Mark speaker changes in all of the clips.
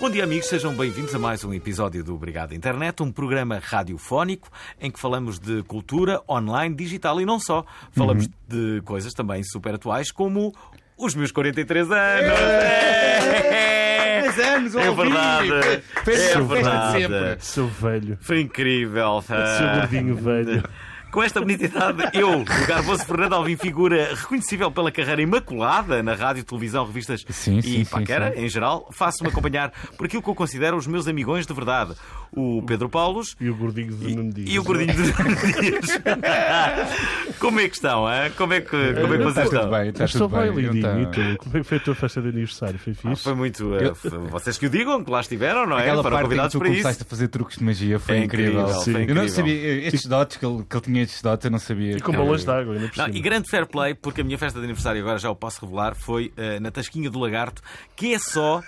Speaker 1: Bom dia, amigos, sejam bem-vindos a mais um episódio do Obrigado Internet, um programa radiofónico em que falamos de cultura online, digital e não só. Falamos
Speaker 2: Uhum.
Speaker 1: de coisas também super atuais, como os meus 43 anos. É,
Speaker 3: Dez anos,
Speaker 1: É
Speaker 3: ao vivo.
Speaker 1: verdade.
Speaker 3: Fez
Speaker 1: É
Speaker 3: festa de
Speaker 1: verdade.
Speaker 3: sempre.
Speaker 4: Seu velho.
Speaker 1: Foi incrível. Ah,
Speaker 4: Seu gordinho velho.
Speaker 1: Com esta bonita idade, eu, o Garboso Fernando Alvim, figura reconhecível pela carreira imaculada na rádio, televisão, revistas
Speaker 2: Sim,
Speaker 1: e
Speaker 2: sim, sim,
Speaker 1: paquera, em geral, faço-me acompanhar por aquilo que eu considero os meus amigões de verdade. O Pedro Paulos
Speaker 4: E o gordinho de Nuno Dias.
Speaker 1: e, e o Gordinho de Dias. como é que estão, hein? Como é que, como é que vocês
Speaker 2: tudo
Speaker 1: estão?
Speaker 2: bem,
Speaker 4: Mas
Speaker 2: estás
Speaker 4: estou
Speaker 2: tudo
Speaker 4: bem,
Speaker 2: bem.
Speaker 4: lindinho.
Speaker 2: então.
Speaker 4: E tu? Como é que foi a tua festa de aniversário? Foi
Speaker 1: Ah,
Speaker 4: fixe?
Speaker 1: Foi muito. eh,
Speaker 2: Eu-
Speaker 1: f- Vocês que o digam, que lá estiveram, não é?
Speaker 2: Aquela
Speaker 1: Foram
Speaker 2: parte em que
Speaker 1: convidados
Speaker 2: tu
Speaker 1: para isso.
Speaker 2: começaste a fazer truques de magia foi
Speaker 1: É
Speaker 2: incrível.
Speaker 1: incrível, foi
Speaker 4: Sim.
Speaker 2: Eu não
Speaker 1: incrível.
Speaker 2: sabia, eh, estes dotes que ele, que ele tinha, estes dotes, eu não sabia.
Speaker 4: E com
Speaker 2: que-
Speaker 4: bolas de água, ainda por
Speaker 1: Não,
Speaker 4: cima.
Speaker 1: e grande fair play, porque a minha festa de aniversário, agora já o posso revelar, foi eh, na Tasquinha do Lagarto, que é só.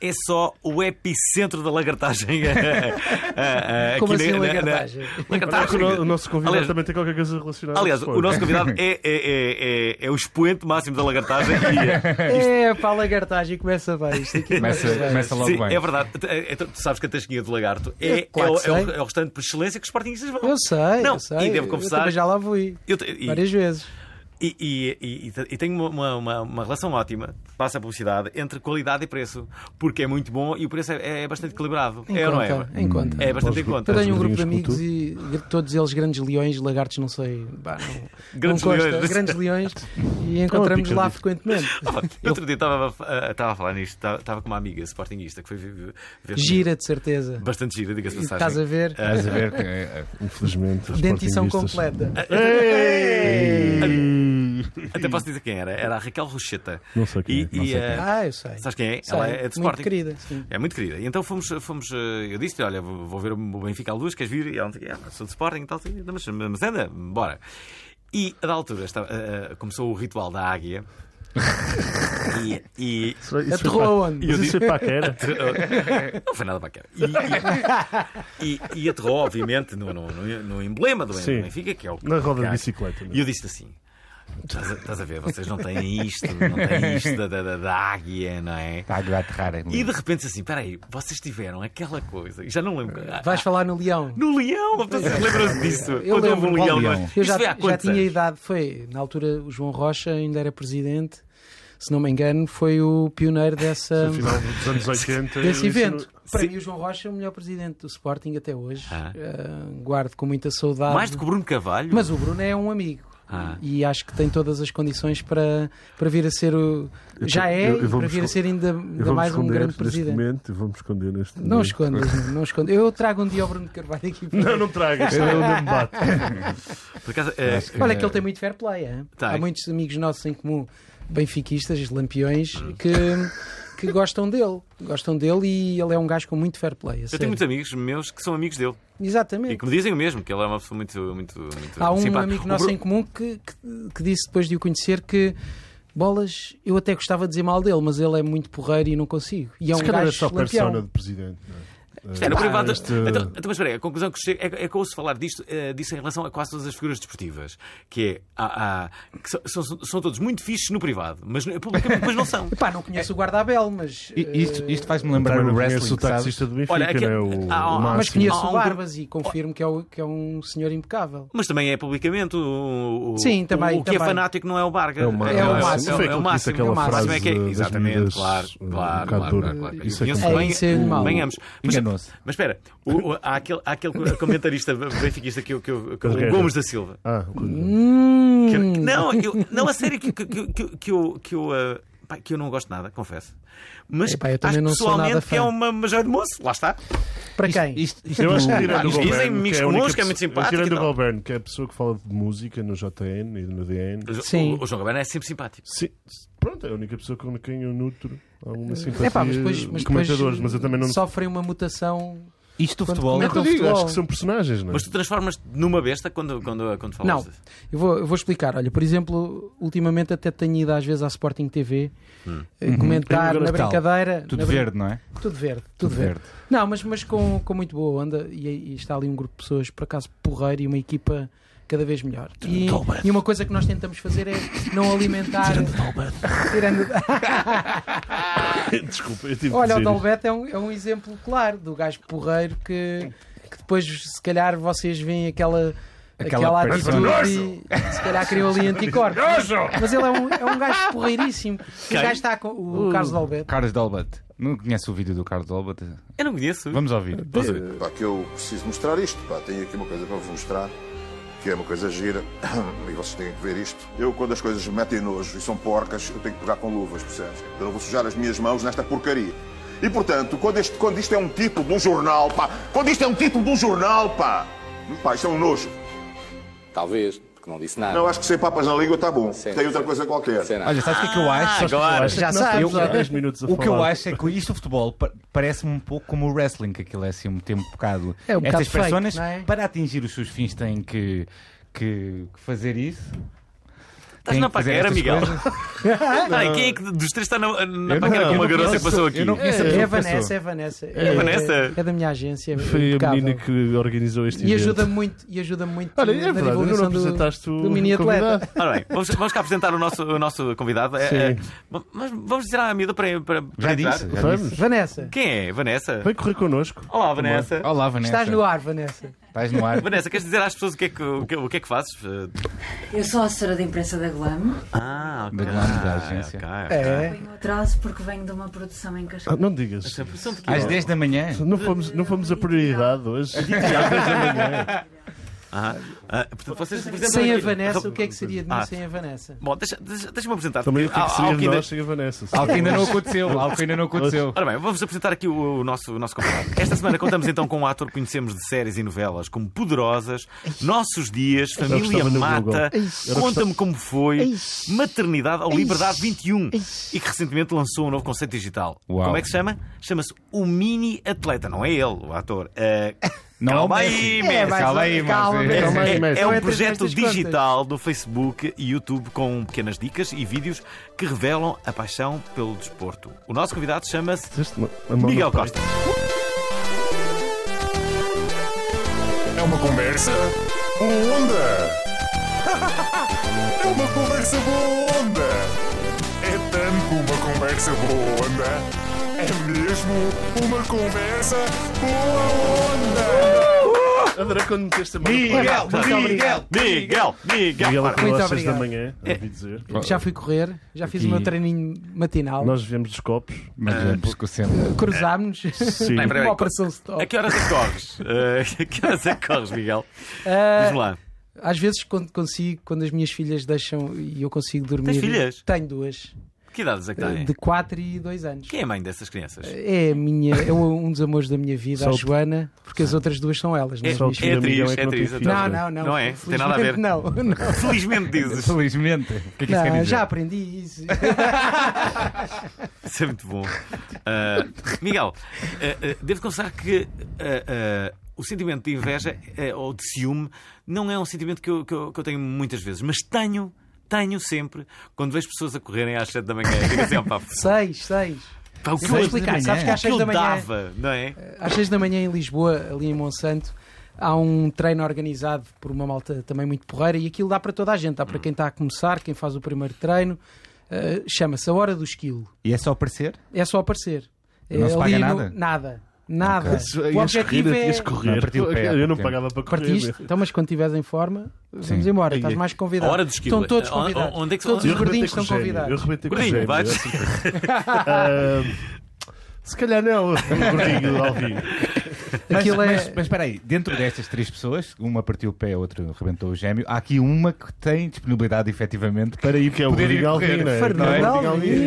Speaker 1: É só o epicentro da lagartagem. eh, eh,
Speaker 5: Como
Speaker 1: aqui
Speaker 5: assim,
Speaker 1: na- na-
Speaker 5: lagartagem?
Speaker 1: na-
Speaker 4: Olha que o, no-
Speaker 1: Lagartagem.
Speaker 4: o nosso convidado
Speaker 1: Aliás,
Speaker 4: também tem qualquer coisa
Speaker 2: é
Speaker 4: relacionada.
Speaker 1: Aliás,
Speaker 4: com o
Speaker 1: o nosso convidado é, é, é, é- é o expoente máximo da lagartagem. e, eh,
Speaker 5: É, pá, a lagartagem começa bem. Isto aqui
Speaker 2: Começa, começa logo
Speaker 1: Sim,
Speaker 2: bem.
Speaker 1: é verdade. Tu- é- tu- tu sabes que a Tasquinha do Lagarto é,
Speaker 5: É, claro
Speaker 1: é o,
Speaker 5: que
Speaker 1: é o-
Speaker 5: sei.
Speaker 1: é o restaurante por excelência que os portinhistas vão.
Speaker 5: Eu sei,
Speaker 1: Não,
Speaker 5: eu sei.
Speaker 1: e devo
Speaker 5: Eu
Speaker 1: confessar-
Speaker 5: também já lá vou ir.
Speaker 1: Eu te- e-
Speaker 5: Várias vezes.
Speaker 1: E, e, e- e- e tenho uma- uma, uma, uma relação ótima, passa a publicidade, entre qualidade e preço. Porque é muito bom e o preço é, é bastante equilibrado.
Speaker 5: Em
Speaker 1: é ou não é?
Speaker 5: conta, em conta.
Speaker 1: É bastante em conta.
Speaker 5: Eu tenho um
Speaker 4: Os
Speaker 5: grupo de
Speaker 4: gordinhos
Speaker 5: amigos e todos eles grandes leões, lagartos, não sei. pá, não-
Speaker 1: Grandes
Speaker 5: não consta,
Speaker 1: leões.
Speaker 5: Grandes leões. E encontramos
Speaker 4: pica
Speaker 5: lá
Speaker 4: disso.
Speaker 5: frequentemente.
Speaker 1: Eu outro dia estava a- estava a falar nisto, estava- estava com uma amiga sportinguista que foi ver- ver. ver-
Speaker 5: Gira, de certeza.
Speaker 1: Bastante gira, diga-se
Speaker 5: E
Speaker 1: de passagem.
Speaker 5: Estás a ver?
Speaker 1: é?
Speaker 2: Estás a ver? que, eh,
Speaker 4: Sporting. Infelizmente. os
Speaker 5: Dentição
Speaker 4: sportinguistas.
Speaker 5: completa.
Speaker 1: Ah, Até posso dizer quem era. Era a Raquel Rocheta.
Speaker 4: Não sei quem
Speaker 1: E,
Speaker 4: é, não
Speaker 1: e,
Speaker 4: sei
Speaker 1: eh,
Speaker 5: Ah, eu sei.
Speaker 1: Sabes quem é?
Speaker 5: Sei,
Speaker 1: Ela é de
Speaker 5: muito
Speaker 1: Sporting.
Speaker 5: querida, sim.
Speaker 1: É muito querida. E então fomos, fomos eh, eu disse-lhe, olha, vou vou ver o Benfica à luz, queres vir? E ela disse, ah, sou de Sporting e tal, assim, mas, mas anda, bora. E a da altura estava, eh, eh, começou o ritual da águia. e, e-
Speaker 4: Será- isso foi
Speaker 5: Aterrou
Speaker 4: pa-
Speaker 5: aonde?
Speaker 4: Mas isso foi para a queira.
Speaker 1: eh, não foi nada bacana. E, e, e, e aterrou, obviamente, no, no, no- no emblema do
Speaker 4: Sim.
Speaker 1: Benfica, que é o
Speaker 4: Na roda
Speaker 1: que
Speaker 4: de
Speaker 1: há-
Speaker 4: bicicleta. é?
Speaker 1: e eu disse assim: estás a, estás a ver, vocês não têm isto, não têm isto da, da, da- da águia, não é?
Speaker 2: Está a adorar aterrar. é
Speaker 1: E
Speaker 2: lindo.
Speaker 1: de repente assim, peraí, vocês tiveram aquela coisa, e já não lembro. Ah,
Speaker 5: Vais falar no leão.
Speaker 1: No leão, vocês lembram-se disso?
Speaker 5: Eu
Speaker 1: Quando houve um
Speaker 5: lembro.
Speaker 1: leão,
Speaker 2: Qual
Speaker 1: não
Speaker 2: leão?
Speaker 1: é?
Speaker 5: Eu
Speaker 1: Isso
Speaker 5: já,
Speaker 1: foi há
Speaker 5: já
Speaker 1: quantos
Speaker 5: tinha
Speaker 1: anos?
Speaker 5: idade, foi. Na altura, o João Rocha ainda era presidente, se não me engano, foi o pioneiro dessa,
Speaker 4: No final dos anos 80.
Speaker 5: desse
Speaker 4: eu disse
Speaker 5: evento.
Speaker 4: no-
Speaker 5: Para
Speaker 1: Sim.
Speaker 5: mim, o João Rocha é o melhor presidente do Sporting até hoje.
Speaker 1: Ah.
Speaker 5: Ah, guardo com muita saudade.
Speaker 1: Mais do que o Bruno Cavalho?
Speaker 5: Mas o Bruno é um amigo.
Speaker 1: Ah.
Speaker 5: E acho que tem todas as condições para, para vir a ser o. Já é,
Speaker 4: eu- eu
Speaker 5: e
Speaker 4: vou
Speaker 5: para vir
Speaker 4: me
Speaker 5: a ser ainda,
Speaker 4: Eu
Speaker 5: ainda
Speaker 4: vou-me
Speaker 5: mais um
Speaker 4: esconder
Speaker 5: grande
Speaker 4: neste
Speaker 5: presidente.
Speaker 4: Momento, eu vou-me esconder neste
Speaker 5: Não
Speaker 4: momento.
Speaker 5: escondas, não, não escondas. Eu trago um dia o Bruno de Carvalho aqui para.
Speaker 4: Não, não
Speaker 5: É
Speaker 4: tragas.
Speaker 5: um
Speaker 4: senão Eu não me bato.
Speaker 1: Por acaso, eh, tá.
Speaker 5: Olha que ele tem muito fair play, hein?
Speaker 1: Tem.
Speaker 5: Há muitos amigos nossos em comum, benfiquistas, lampiões,
Speaker 1: Hum.
Speaker 5: que, que gostam dele. Gostam dele e ele é um gajo com muito fair play. a
Speaker 1: eu
Speaker 5: sério.
Speaker 1: tenho muitos amigos meus que são amigos dele e
Speaker 5: Exatamente.
Speaker 1: que me dizem o mesmo, que ele é uma pessoa muito, muito, muito
Speaker 5: Há um
Speaker 1: simpática.
Speaker 5: amigo
Speaker 1: O
Speaker 5: nosso
Speaker 1: Bru-
Speaker 5: em comum que, que, que disse depois de o conhecer que bolas, eu até gostava de dizer mal dele, mas ele é muito porreiro e não consigo. E é um
Speaker 4: Se calhar é
Speaker 5: gajo
Speaker 4: só persona
Speaker 5: lampião.
Speaker 4: de presidente. não é?
Speaker 1: Isto
Speaker 5: Ah,
Speaker 1: é, no privado.
Speaker 4: este-
Speaker 1: Então, então, mas espera aí, a conclusão que chego é, é que eu ouço falar disto, eh, disso em relação a quase todas as figuras desportivas. Que é. há- há- que são, são- são todos muito fixes no privado, mas no- publicamente depois não são.
Speaker 5: Pá, não conheço o Guardabel, mas.
Speaker 2: I-
Speaker 1: é
Speaker 2: Isto,
Speaker 5: eh,
Speaker 2: isto faz-me lembrar
Speaker 4: Também
Speaker 2: o
Speaker 4: não conheço
Speaker 2: wrestling,
Speaker 4: o taxista do Benfica,
Speaker 1: Olha, aquele-
Speaker 4: né? o,
Speaker 1: Ah,
Speaker 4: o
Speaker 1: mas
Speaker 5: Mas
Speaker 4: Máximo.
Speaker 1: conheço-
Speaker 5: conheço
Speaker 1: Há um
Speaker 5: o Barbas e confirmo que é, o- que é um senhor impecável.
Speaker 1: Mas também é publicamente o, o-
Speaker 5: Sim, também,
Speaker 1: o, o que é
Speaker 5: também.
Speaker 1: fanático não é o Barga.
Speaker 4: É o máximo.
Speaker 5: É o máximo.
Speaker 4: Foi
Speaker 1: É o
Speaker 4: aquele que disse
Speaker 1: máximo.
Speaker 4: aquela
Speaker 5: o máximo.
Speaker 4: frase
Speaker 1: é que é,
Speaker 4: das
Speaker 1: exatamente,
Speaker 4: medidas,
Speaker 1: claro,
Speaker 4: um
Speaker 1: claro,
Speaker 4: bocado
Speaker 1: claro,
Speaker 4: dura.
Speaker 1: claro, claro.
Speaker 4: Isso é
Speaker 1: Eu
Speaker 4: que
Speaker 1: conheço
Speaker 5: é
Speaker 1: bem,
Speaker 5: isso é mau.
Speaker 1: bem ambos. Mas,
Speaker 2: Enganou-se.
Speaker 1: mas espera, o- o- há aquele, há aquele comentarista benfiquista que, eu- que, eu- que eu- o
Speaker 4: Guerra.
Speaker 1: Gomes da Silva.
Speaker 4: Ah, o-
Speaker 5: Hum,
Speaker 1: Que- Não, eu, não, a sério que, que, que, que eu. Que eu ah, pá, que eu não gosto nada, confesso. Mas
Speaker 5: Epá, eu
Speaker 1: acho
Speaker 5: também não sou
Speaker 1: pessoalmente
Speaker 5: nada
Speaker 1: que é
Speaker 5: fã.
Speaker 1: uma major de moço, lá está.
Speaker 5: Para quem?
Speaker 2: Isto, isto
Speaker 4: Eu
Speaker 2: do-
Speaker 4: acho que
Speaker 1: Ah,
Speaker 4: tirando o
Speaker 1: isto
Speaker 4: Galberno,
Speaker 1: dizem-me
Speaker 4: que é a
Speaker 1: com
Speaker 4: única
Speaker 1: uns, que é muito
Speaker 4: pessoa-
Speaker 1: simpático e
Speaker 4: Tirando o
Speaker 1: tal.
Speaker 4: Galberno, que é a pessoa que fala de música no JN e no DN.
Speaker 5: Sim.
Speaker 1: O, o João Gabriel é sempre simpático.
Speaker 4: Sim, pronto, é a única pessoa com quem eu nutro alguma simpatia.
Speaker 5: Epá, É mas depois, mas
Speaker 4: de comentadores,
Speaker 5: depois
Speaker 4: mas eu também não.
Speaker 5: sofrem uma mutação.
Speaker 2: isto do
Speaker 5: Quando
Speaker 2: futebol.
Speaker 5: comenta-
Speaker 4: Eu digo,
Speaker 5: futebol.
Speaker 4: acho que são personagens, não é?
Speaker 1: Mas tu transformas-te numa besta quando, quando, quando falas.
Speaker 5: Não, eu vou, eu vou explicar. Olha, por exemplo, ultimamente até tenho ido às vezes à Sporting TV eh, comentar
Speaker 2: Uhum.
Speaker 5: na
Speaker 2: Tal.
Speaker 5: brincadeira.
Speaker 2: Tudo
Speaker 5: na brin-
Speaker 2: verde, não é?
Speaker 5: Tudo verde, tudo, verde.
Speaker 2: verde.
Speaker 5: Não, mas, mas com, com muito boa onda e, e está ali um grupo de pessoas, por acaso, porreiro e uma equipa cada vez melhor. E, e uma coisa que nós tentamos fazer é não alimentar. Tirando-
Speaker 4: Desculpa, eu tive que dizer
Speaker 5: Olha, o
Speaker 4: isto.
Speaker 5: Dalbeto é um, é um exemplo claro do gajo porreiro que, que depois, se calhar, vocês veem aquela. Aquela,
Speaker 2: Aquela
Speaker 5: atitude e se calhar criou ali anticorpos. Mas ele é um, é um gajo porreiríssimo. O gajo está com
Speaker 4: Uh.
Speaker 5: o Carlos Dalbeto.
Speaker 2: Carlos Dalbat. Não conhece o vídeo do Carlos Dalbat?
Speaker 1: Eu não conheço.
Speaker 2: Vamos ouvir.
Speaker 1: Posso ouvir?
Speaker 3: Pá, que eu preciso mostrar isto. Pá, tenho aqui uma coisa para vos mostrar, que é uma coisa gira, e vocês têm que ver isto. Eu, quando as coisas me metem nojo e são porcas, eu tenho que pegar com luvas, percebes? Então Eu não vou sujar as minhas mãos nesta porcaria. E, portanto, quando, este- quando isto é um título de um jornal, pá, quando isto é um título de um jornal, pá, pá, isto é um nojo.
Speaker 6: Talvez, porque não disse nada.
Speaker 3: Não, é- acho que sem papas na língua está bom.
Speaker 6: Sim.
Speaker 3: Tem outra coisa qualquer.
Speaker 6: Sei nada.
Speaker 2: Olha, sabes o que é que eu acho? Sabes o que é que eu
Speaker 1: Ah, agora.
Speaker 2: acho?
Speaker 5: Já
Speaker 2: Nós
Speaker 5: sabes,
Speaker 2: temos-
Speaker 5: há
Speaker 4: 10 minutos a
Speaker 2: O que eu
Speaker 4: falar.
Speaker 2: acho é que isto do futebol pa- parece-me um pouco como o wrestling, que aquilo é assim um tempo um bocado.
Speaker 5: É um bocado
Speaker 2: Estas
Speaker 5: fake,
Speaker 2: pessoas,
Speaker 5: não é?
Speaker 2: para atingir os seus fins, têm que, que que fazer isso.
Speaker 1: Estás na
Speaker 2: que fazer
Speaker 1: paquera,
Speaker 2: estas
Speaker 1: Miguel.
Speaker 2: coisas.
Speaker 1: Ai, quem é que dos três está na, na
Speaker 4: Eu
Speaker 1: paquera
Speaker 4: não,
Speaker 1: com uma
Speaker 4: eu
Speaker 1: garota
Speaker 4: não
Speaker 1: que
Speaker 2: conheço,
Speaker 1: passou
Speaker 2: eu
Speaker 1: aqui?
Speaker 2: não conheço a
Speaker 5: É
Speaker 2: pessoa
Speaker 5: a
Speaker 2: que passou.
Speaker 5: Vanessa, é a Vanessa.
Speaker 1: a Vanessa?
Speaker 5: É da minha agência. é
Speaker 4: Foi a
Speaker 5: impecável.
Speaker 4: menina que organizou este
Speaker 5: E
Speaker 4: evento.
Speaker 5: ajuda muito, e ajuda muito
Speaker 4: Olha,
Speaker 5: na
Speaker 4: é verdade, ainda não
Speaker 5: divulgação do-
Speaker 4: apresentaste o
Speaker 5: do mini atleta.
Speaker 4: convidado.
Speaker 1: Ora bem, vamos, vamos cá apresentar o nosso, o nosso convidado. É,
Speaker 4: Sim.
Speaker 1: é, mas vamos dizer à miúda para, para, para
Speaker 2: Já
Speaker 1: entrar.
Speaker 2: disse. já disse.
Speaker 4: Vamos.
Speaker 5: Vanessa,
Speaker 1: Quem é? Vanessa?
Speaker 4: Vem correr connosco.
Speaker 1: Olá, Vanessa.
Speaker 2: Olá,
Speaker 4: é
Speaker 2: Vanessa.
Speaker 5: estás no ar, Vanessa.
Speaker 2: Estás no ar.
Speaker 1: Vanessa, queres dizer às pessoas o que é que, o que, o que é que fazes? Eh,
Speaker 7: Eu sou a assessora de imprensa da Glam.
Speaker 1: Ah, ok.
Speaker 2: Da Glam, da
Speaker 1: Ah,
Speaker 2: agência.
Speaker 1: ok, ok.
Speaker 5: É.
Speaker 7: Tenho atraso porque venho de uma produção em
Speaker 4: Ah,
Speaker 7: Cascais.
Speaker 4: não digas.
Speaker 1: Essa pressão
Speaker 4: É.
Speaker 1: de quê?
Speaker 2: Às 10 da manhã.
Speaker 4: Não fomos, não fomos a prioridade hoje. Às 10 da manhã.
Speaker 1: Ah, ah, portanto, vocês apresentam
Speaker 5: Sem a
Speaker 1: aqui-
Speaker 5: Vanessa, o que é que seria de mim
Speaker 1: Ah.
Speaker 5: sem a Vanessa?
Speaker 1: Bom, deixa- deixa- deixa-me apresentar.
Speaker 4: Também o que é que
Speaker 1: Há- há
Speaker 4: seria
Speaker 1: aqui
Speaker 4: de
Speaker 1: ainda-
Speaker 4: nós sem a Vanessa?
Speaker 2: Algo que ainda não aconteceu. Algo que ainda não aconteceu.
Speaker 1: Ora bem, vamos apresentar aqui o, o nosso, o nosso convidado. Esta semana contamos então com um ator que conhecemos de séries e novelas como Poderosas, Nossos Dias, Família
Speaker 4: gostava no
Speaker 1: Mata,
Speaker 4: Google.
Speaker 1: Conta-me Como Foi, Maternidade ou Liberdade 21 e que recentemente lançou um novo conceito digital.
Speaker 2: Uau.
Speaker 1: Como é que se chama? Chama-se O Mini Atleta. Não é ele, o ator. Eh,
Speaker 2: Não
Speaker 1: calma
Speaker 2: é o
Speaker 1: aí,
Speaker 2: Messi.
Speaker 1: Messi.
Speaker 5: vai,
Speaker 2: Calma aí,
Speaker 5: eh,
Speaker 2: eh,
Speaker 5: calma,
Speaker 2: Messi.
Speaker 5: calma
Speaker 1: É,
Speaker 5: aí.
Speaker 1: é
Speaker 5: Não
Speaker 1: um
Speaker 5: entras
Speaker 1: projeto
Speaker 5: nestas contas.
Speaker 1: digital do Facebook e YouTube com pequenas dicas e vídeos que revelam a paixão pelo desporto. O nosso convidado chama-se
Speaker 4: Dizeste uma- uma mão
Speaker 1: Miguel
Speaker 4: no peito.
Speaker 1: Costa.
Speaker 8: É uma conversa boa onda. É uma conversa boa onda. É tanto uma conversa boa onda. É mesmo uma conversa boa onda.
Speaker 4: Adorei quando meteste a mão no peito.
Speaker 2: Miguel, Miguel.
Speaker 1: Miguel, Miguel.
Speaker 4: Miguel acordou
Speaker 5: Muito
Speaker 4: às 6 da
Speaker 5: obrigado.
Speaker 4: manhã,
Speaker 1: É.
Speaker 4: ouvi dizer.
Speaker 5: Já fui correr, já fiz
Speaker 2: Aqui-
Speaker 5: o meu treininho matinal,
Speaker 4: Nós viemos dos copos.
Speaker 2: Mas eh, vamos com sempre.
Speaker 5: cruzámos-nos.
Speaker 4: Sim.
Speaker 1: Não, peraí,
Speaker 5: Uma operação stop.
Speaker 1: A que horas é que corres? Eh, a que horas é que corres, Miguel?
Speaker 5: Ah,
Speaker 1: Diz-me lá.
Speaker 5: às vezes, quando consigo, quando as minhas filhas deixam e eu consigo dormir.
Speaker 1: Tens filhas?
Speaker 5: Tenho duas,
Speaker 1: Que idades é que têm?
Speaker 5: de 4 e 2 anos.
Speaker 1: Quem é a mãe dessas crianças?
Speaker 5: É, a minha, é um dos amores da minha vida,
Speaker 4: Só
Speaker 5: a
Speaker 4: o-
Speaker 5: Joana, porque as outras duas são elas, não
Speaker 1: É-
Speaker 5: as
Speaker 4: Só o
Speaker 5: minhas
Speaker 4: filho
Speaker 1: é
Speaker 4: do
Speaker 5: filhas.
Speaker 1: atriz,
Speaker 4: Miguel é que
Speaker 1: é
Speaker 4: não tem
Speaker 1: atriz,
Speaker 4: filhos,
Speaker 1: então.
Speaker 5: Não,
Speaker 4: é?
Speaker 5: não, não.
Speaker 1: Não é? Tem nada a ver.
Speaker 5: Felizmente, Não, não.
Speaker 1: Felizmente dizes.
Speaker 2: Felizmente. O que é que isso quer
Speaker 5: Não,
Speaker 2: dizer?
Speaker 5: já aprendi isso.
Speaker 1: Isso é muito bom. Ah, Miguel, ah, ah, devo confessar que ah, ah, o sentimento de inveja eh, ou de ciúme não é um sentimento que eu, que eu- que eu tenho muitas vezes, mas tenho. Tenho sempre, quando vejo pessoas a correrem às 7 da manhã, digo assim, ó pá,
Speaker 5: Seis, seis.
Speaker 1: pá, o que
Speaker 5: Eu
Speaker 1: eu,
Speaker 5: vou
Speaker 1: o
Speaker 5: explicar. Sabes que às
Speaker 1: que
Speaker 5: seis
Speaker 1: eu
Speaker 5: da manhã.
Speaker 1: dava, não é?
Speaker 5: Às 6 da manhã em Lisboa, ali em Monsanto, há um treino organizado por uma malta também muito porreira e aquilo dá para toda a gente, dá
Speaker 4: Hum.
Speaker 5: para quem está a começar, quem faz o primeiro treino. Uh, Chama-se a hora do esquilo.
Speaker 2: E é só aparecer?
Speaker 5: É só aparecer.
Speaker 2: Não
Speaker 5: É
Speaker 2: se
Speaker 5: ali
Speaker 2: paga
Speaker 5: no-
Speaker 2: nada?
Speaker 5: Nada. Nada.
Speaker 4: Ias
Speaker 5: O
Speaker 4: correr,
Speaker 5: objetivo é.
Speaker 4: ias correr.
Speaker 2: Ah, partiu o pé,
Speaker 4: Eu não
Speaker 2: partiu.
Speaker 4: pagava para correr.
Speaker 5: Partiste? Então, mas quando estiveres em forma, vamos embora. Estás mais
Speaker 1: A
Speaker 5: convidado.
Speaker 1: hora do esquilo.
Speaker 5: Estão todos
Speaker 1: Ah, onde-
Speaker 5: convidados.
Speaker 1: onde é que-
Speaker 5: todos
Speaker 1: Eu
Speaker 5: os
Speaker 4: arrebentei
Speaker 5: gordinhos
Speaker 4: com o
Speaker 5: estão
Speaker 4: gêmeo, Eu
Speaker 5: convidados.
Speaker 4: arrebentei com o
Speaker 1: Gordinho,
Speaker 4: gêmeo,
Speaker 1: vais?
Speaker 4: é certeza. Ah, Se calhar não, gordinho Alvin.
Speaker 2: Mas,
Speaker 5: Aquilo é.
Speaker 2: mas- mas espera aí, dentro destas três pessoas, uma partiu o pé, a outra rebentou o gêmeo, há aqui uma que tem disponibilidade efetivamente para ir
Speaker 4: Que é o
Speaker 2: poder ir
Speaker 4: Gordinho
Speaker 2: correr.
Speaker 4: Alvim, né?
Speaker 5: Fernando
Speaker 4: Não é? Gordinho Alvim. Por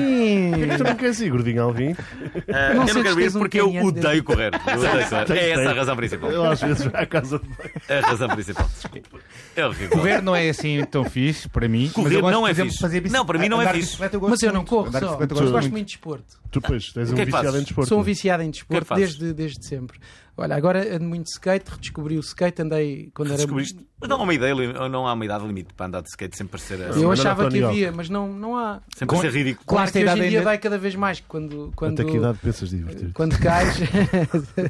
Speaker 4: que
Speaker 5: Alvim.
Speaker 4: tu não queres ir, Gordinho
Speaker 1: Ah,
Speaker 4: Alvim?
Speaker 5: Não
Speaker 1: eu
Speaker 5: sei
Speaker 1: não
Speaker 5: se
Speaker 1: quero
Speaker 5: tens
Speaker 1: ir
Speaker 5: um
Speaker 1: porque eu
Speaker 5: canhão dentro.
Speaker 1: odeio correr. Eu odeio correr. É essa a razão principal. É
Speaker 4: Eu às vezes vou à casa de banho.
Speaker 1: A razão principal. Desculpa. É horrível.
Speaker 2: Correr não é assim tão fixe para mim. mas
Speaker 1: Correr
Speaker 2: eu gosto,
Speaker 1: não
Speaker 2: por
Speaker 1: é
Speaker 2: exemplo, de
Speaker 1: fixe.
Speaker 2: fazer bici-
Speaker 1: Não, para mim não é
Speaker 2: andar de
Speaker 1: fixe.
Speaker 2: bicicleta gosto
Speaker 5: Mas eu não
Speaker 2: muito.
Speaker 5: corro
Speaker 2: Andar de
Speaker 5: só.
Speaker 2: bicicleta
Speaker 5: Eu
Speaker 2: gosto
Speaker 5: gosto
Speaker 2: muito.
Speaker 5: muito de desporto.
Speaker 4: Tu, pois, tens
Speaker 1: O
Speaker 4: um
Speaker 1: que é que
Speaker 4: viciado
Speaker 1: fazes?
Speaker 4: em desporto.
Speaker 5: Sou um
Speaker 4: não é?
Speaker 5: viciado em
Speaker 1: O
Speaker 5: desporto
Speaker 1: que é que fazes?
Speaker 5: desde, desde sempre. Olha, agora ando muito de skate, redescobri o skate, andei quando era.
Speaker 1: Descobriste. Mas não há uma ideia, lim- não há uma idade limite para andar de skate sem parecer,
Speaker 4: Sim,
Speaker 5: Eu
Speaker 4: mas
Speaker 5: achava
Speaker 4: não
Speaker 5: que
Speaker 4: Tony
Speaker 5: havia, mas não, não há.
Speaker 1: sem parecer ridículo.
Speaker 2: Com
Speaker 5: Claro
Speaker 2: esta
Speaker 5: que hoje
Speaker 2: idade
Speaker 5: em dia
Speaker 2: ainda-
Speaker 5: dai cada vez mais. Quando, quando,
Speaker 4: Até que idade é pensas divertir?
Speaker 5: quando cais.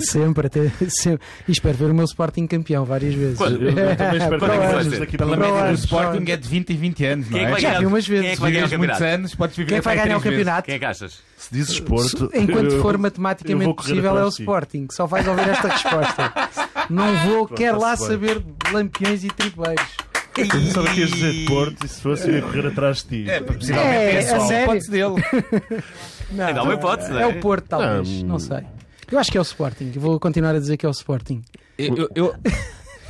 Speaker 5: sempre, até sempre. E espero ver o meu Sporting campeão várias vezes.
Speaker 1: Quando? é
Speaker 4: Eu também espero
Speaker 1: Para o
Speaker 4: que
Speaker 1: ano.
Speaker 4: vocês daqui
Speaker 2: Pela
Speaker 4: para o
Speaker 2: média
Speaker 5: ano.
Speaker 2: do
Speaker 4: ano.
Speaker 2: Sporting é de 20 e 20 anos, não
Speaker 1: Quem é que
Speaker 2: é?
Speaker 1: vai
Speaker 5: Já
Speaker 1: ganhar,
Speaker 5: vi umas
Speaker 1: quem é que
Speaker 5: vezes.
Speaker 1: vai ganhar o
Speaker 2: Vives muitos
Speaker 1: campeonato?
Speaker 2: anos, podes viver
Speaker 5: Quem é que vai
Speaker 2: para aí
Speaker 5: ganhar o
Speaker 2: três vezes.
Speaker 5: campeonato?
Speaker 1: Quem é que achas?
Speaker 4: Se dizes esporte.
Speaker 5: Enquanto
Speaker 4: eu-
Speaker 5: for
Speaker 4: eu
Speaker 5: matematicamente
Speaker 4: vou correr
Speaker 5: possível, é o
Speaker 4: atrás de ti.
Speaker 5: Sporting. Só vais ouvir esta resposta. Não vou, quero lá
Speaker 4: está-se
Speaker 5: saber de lampiões e tripeiros.
Speaker 4: Eu Só que ias dizer Porto e se fosse eu ia correr atrás de ti.
Speaker 2: É, possivelmente
Speaker 5: É,
Speaker 2: é,
Speaker 5: a
Speaker 2: só
Speaker 5: sério?
Speaker 2: hipótese dele.
Speaker 5: Não,
Speaker 1: Ainda há uma hipótese, não
Speaker 5: é,
Speaker 1: é?
Speaker 5: o Porto, talvez.
Speaker 4: Não.
Speaker 5: Não sei. Eu acho que é o Sporting. Vou continuar a dizer que é o Sporting.
Speaker 2: Eu, eu- eu-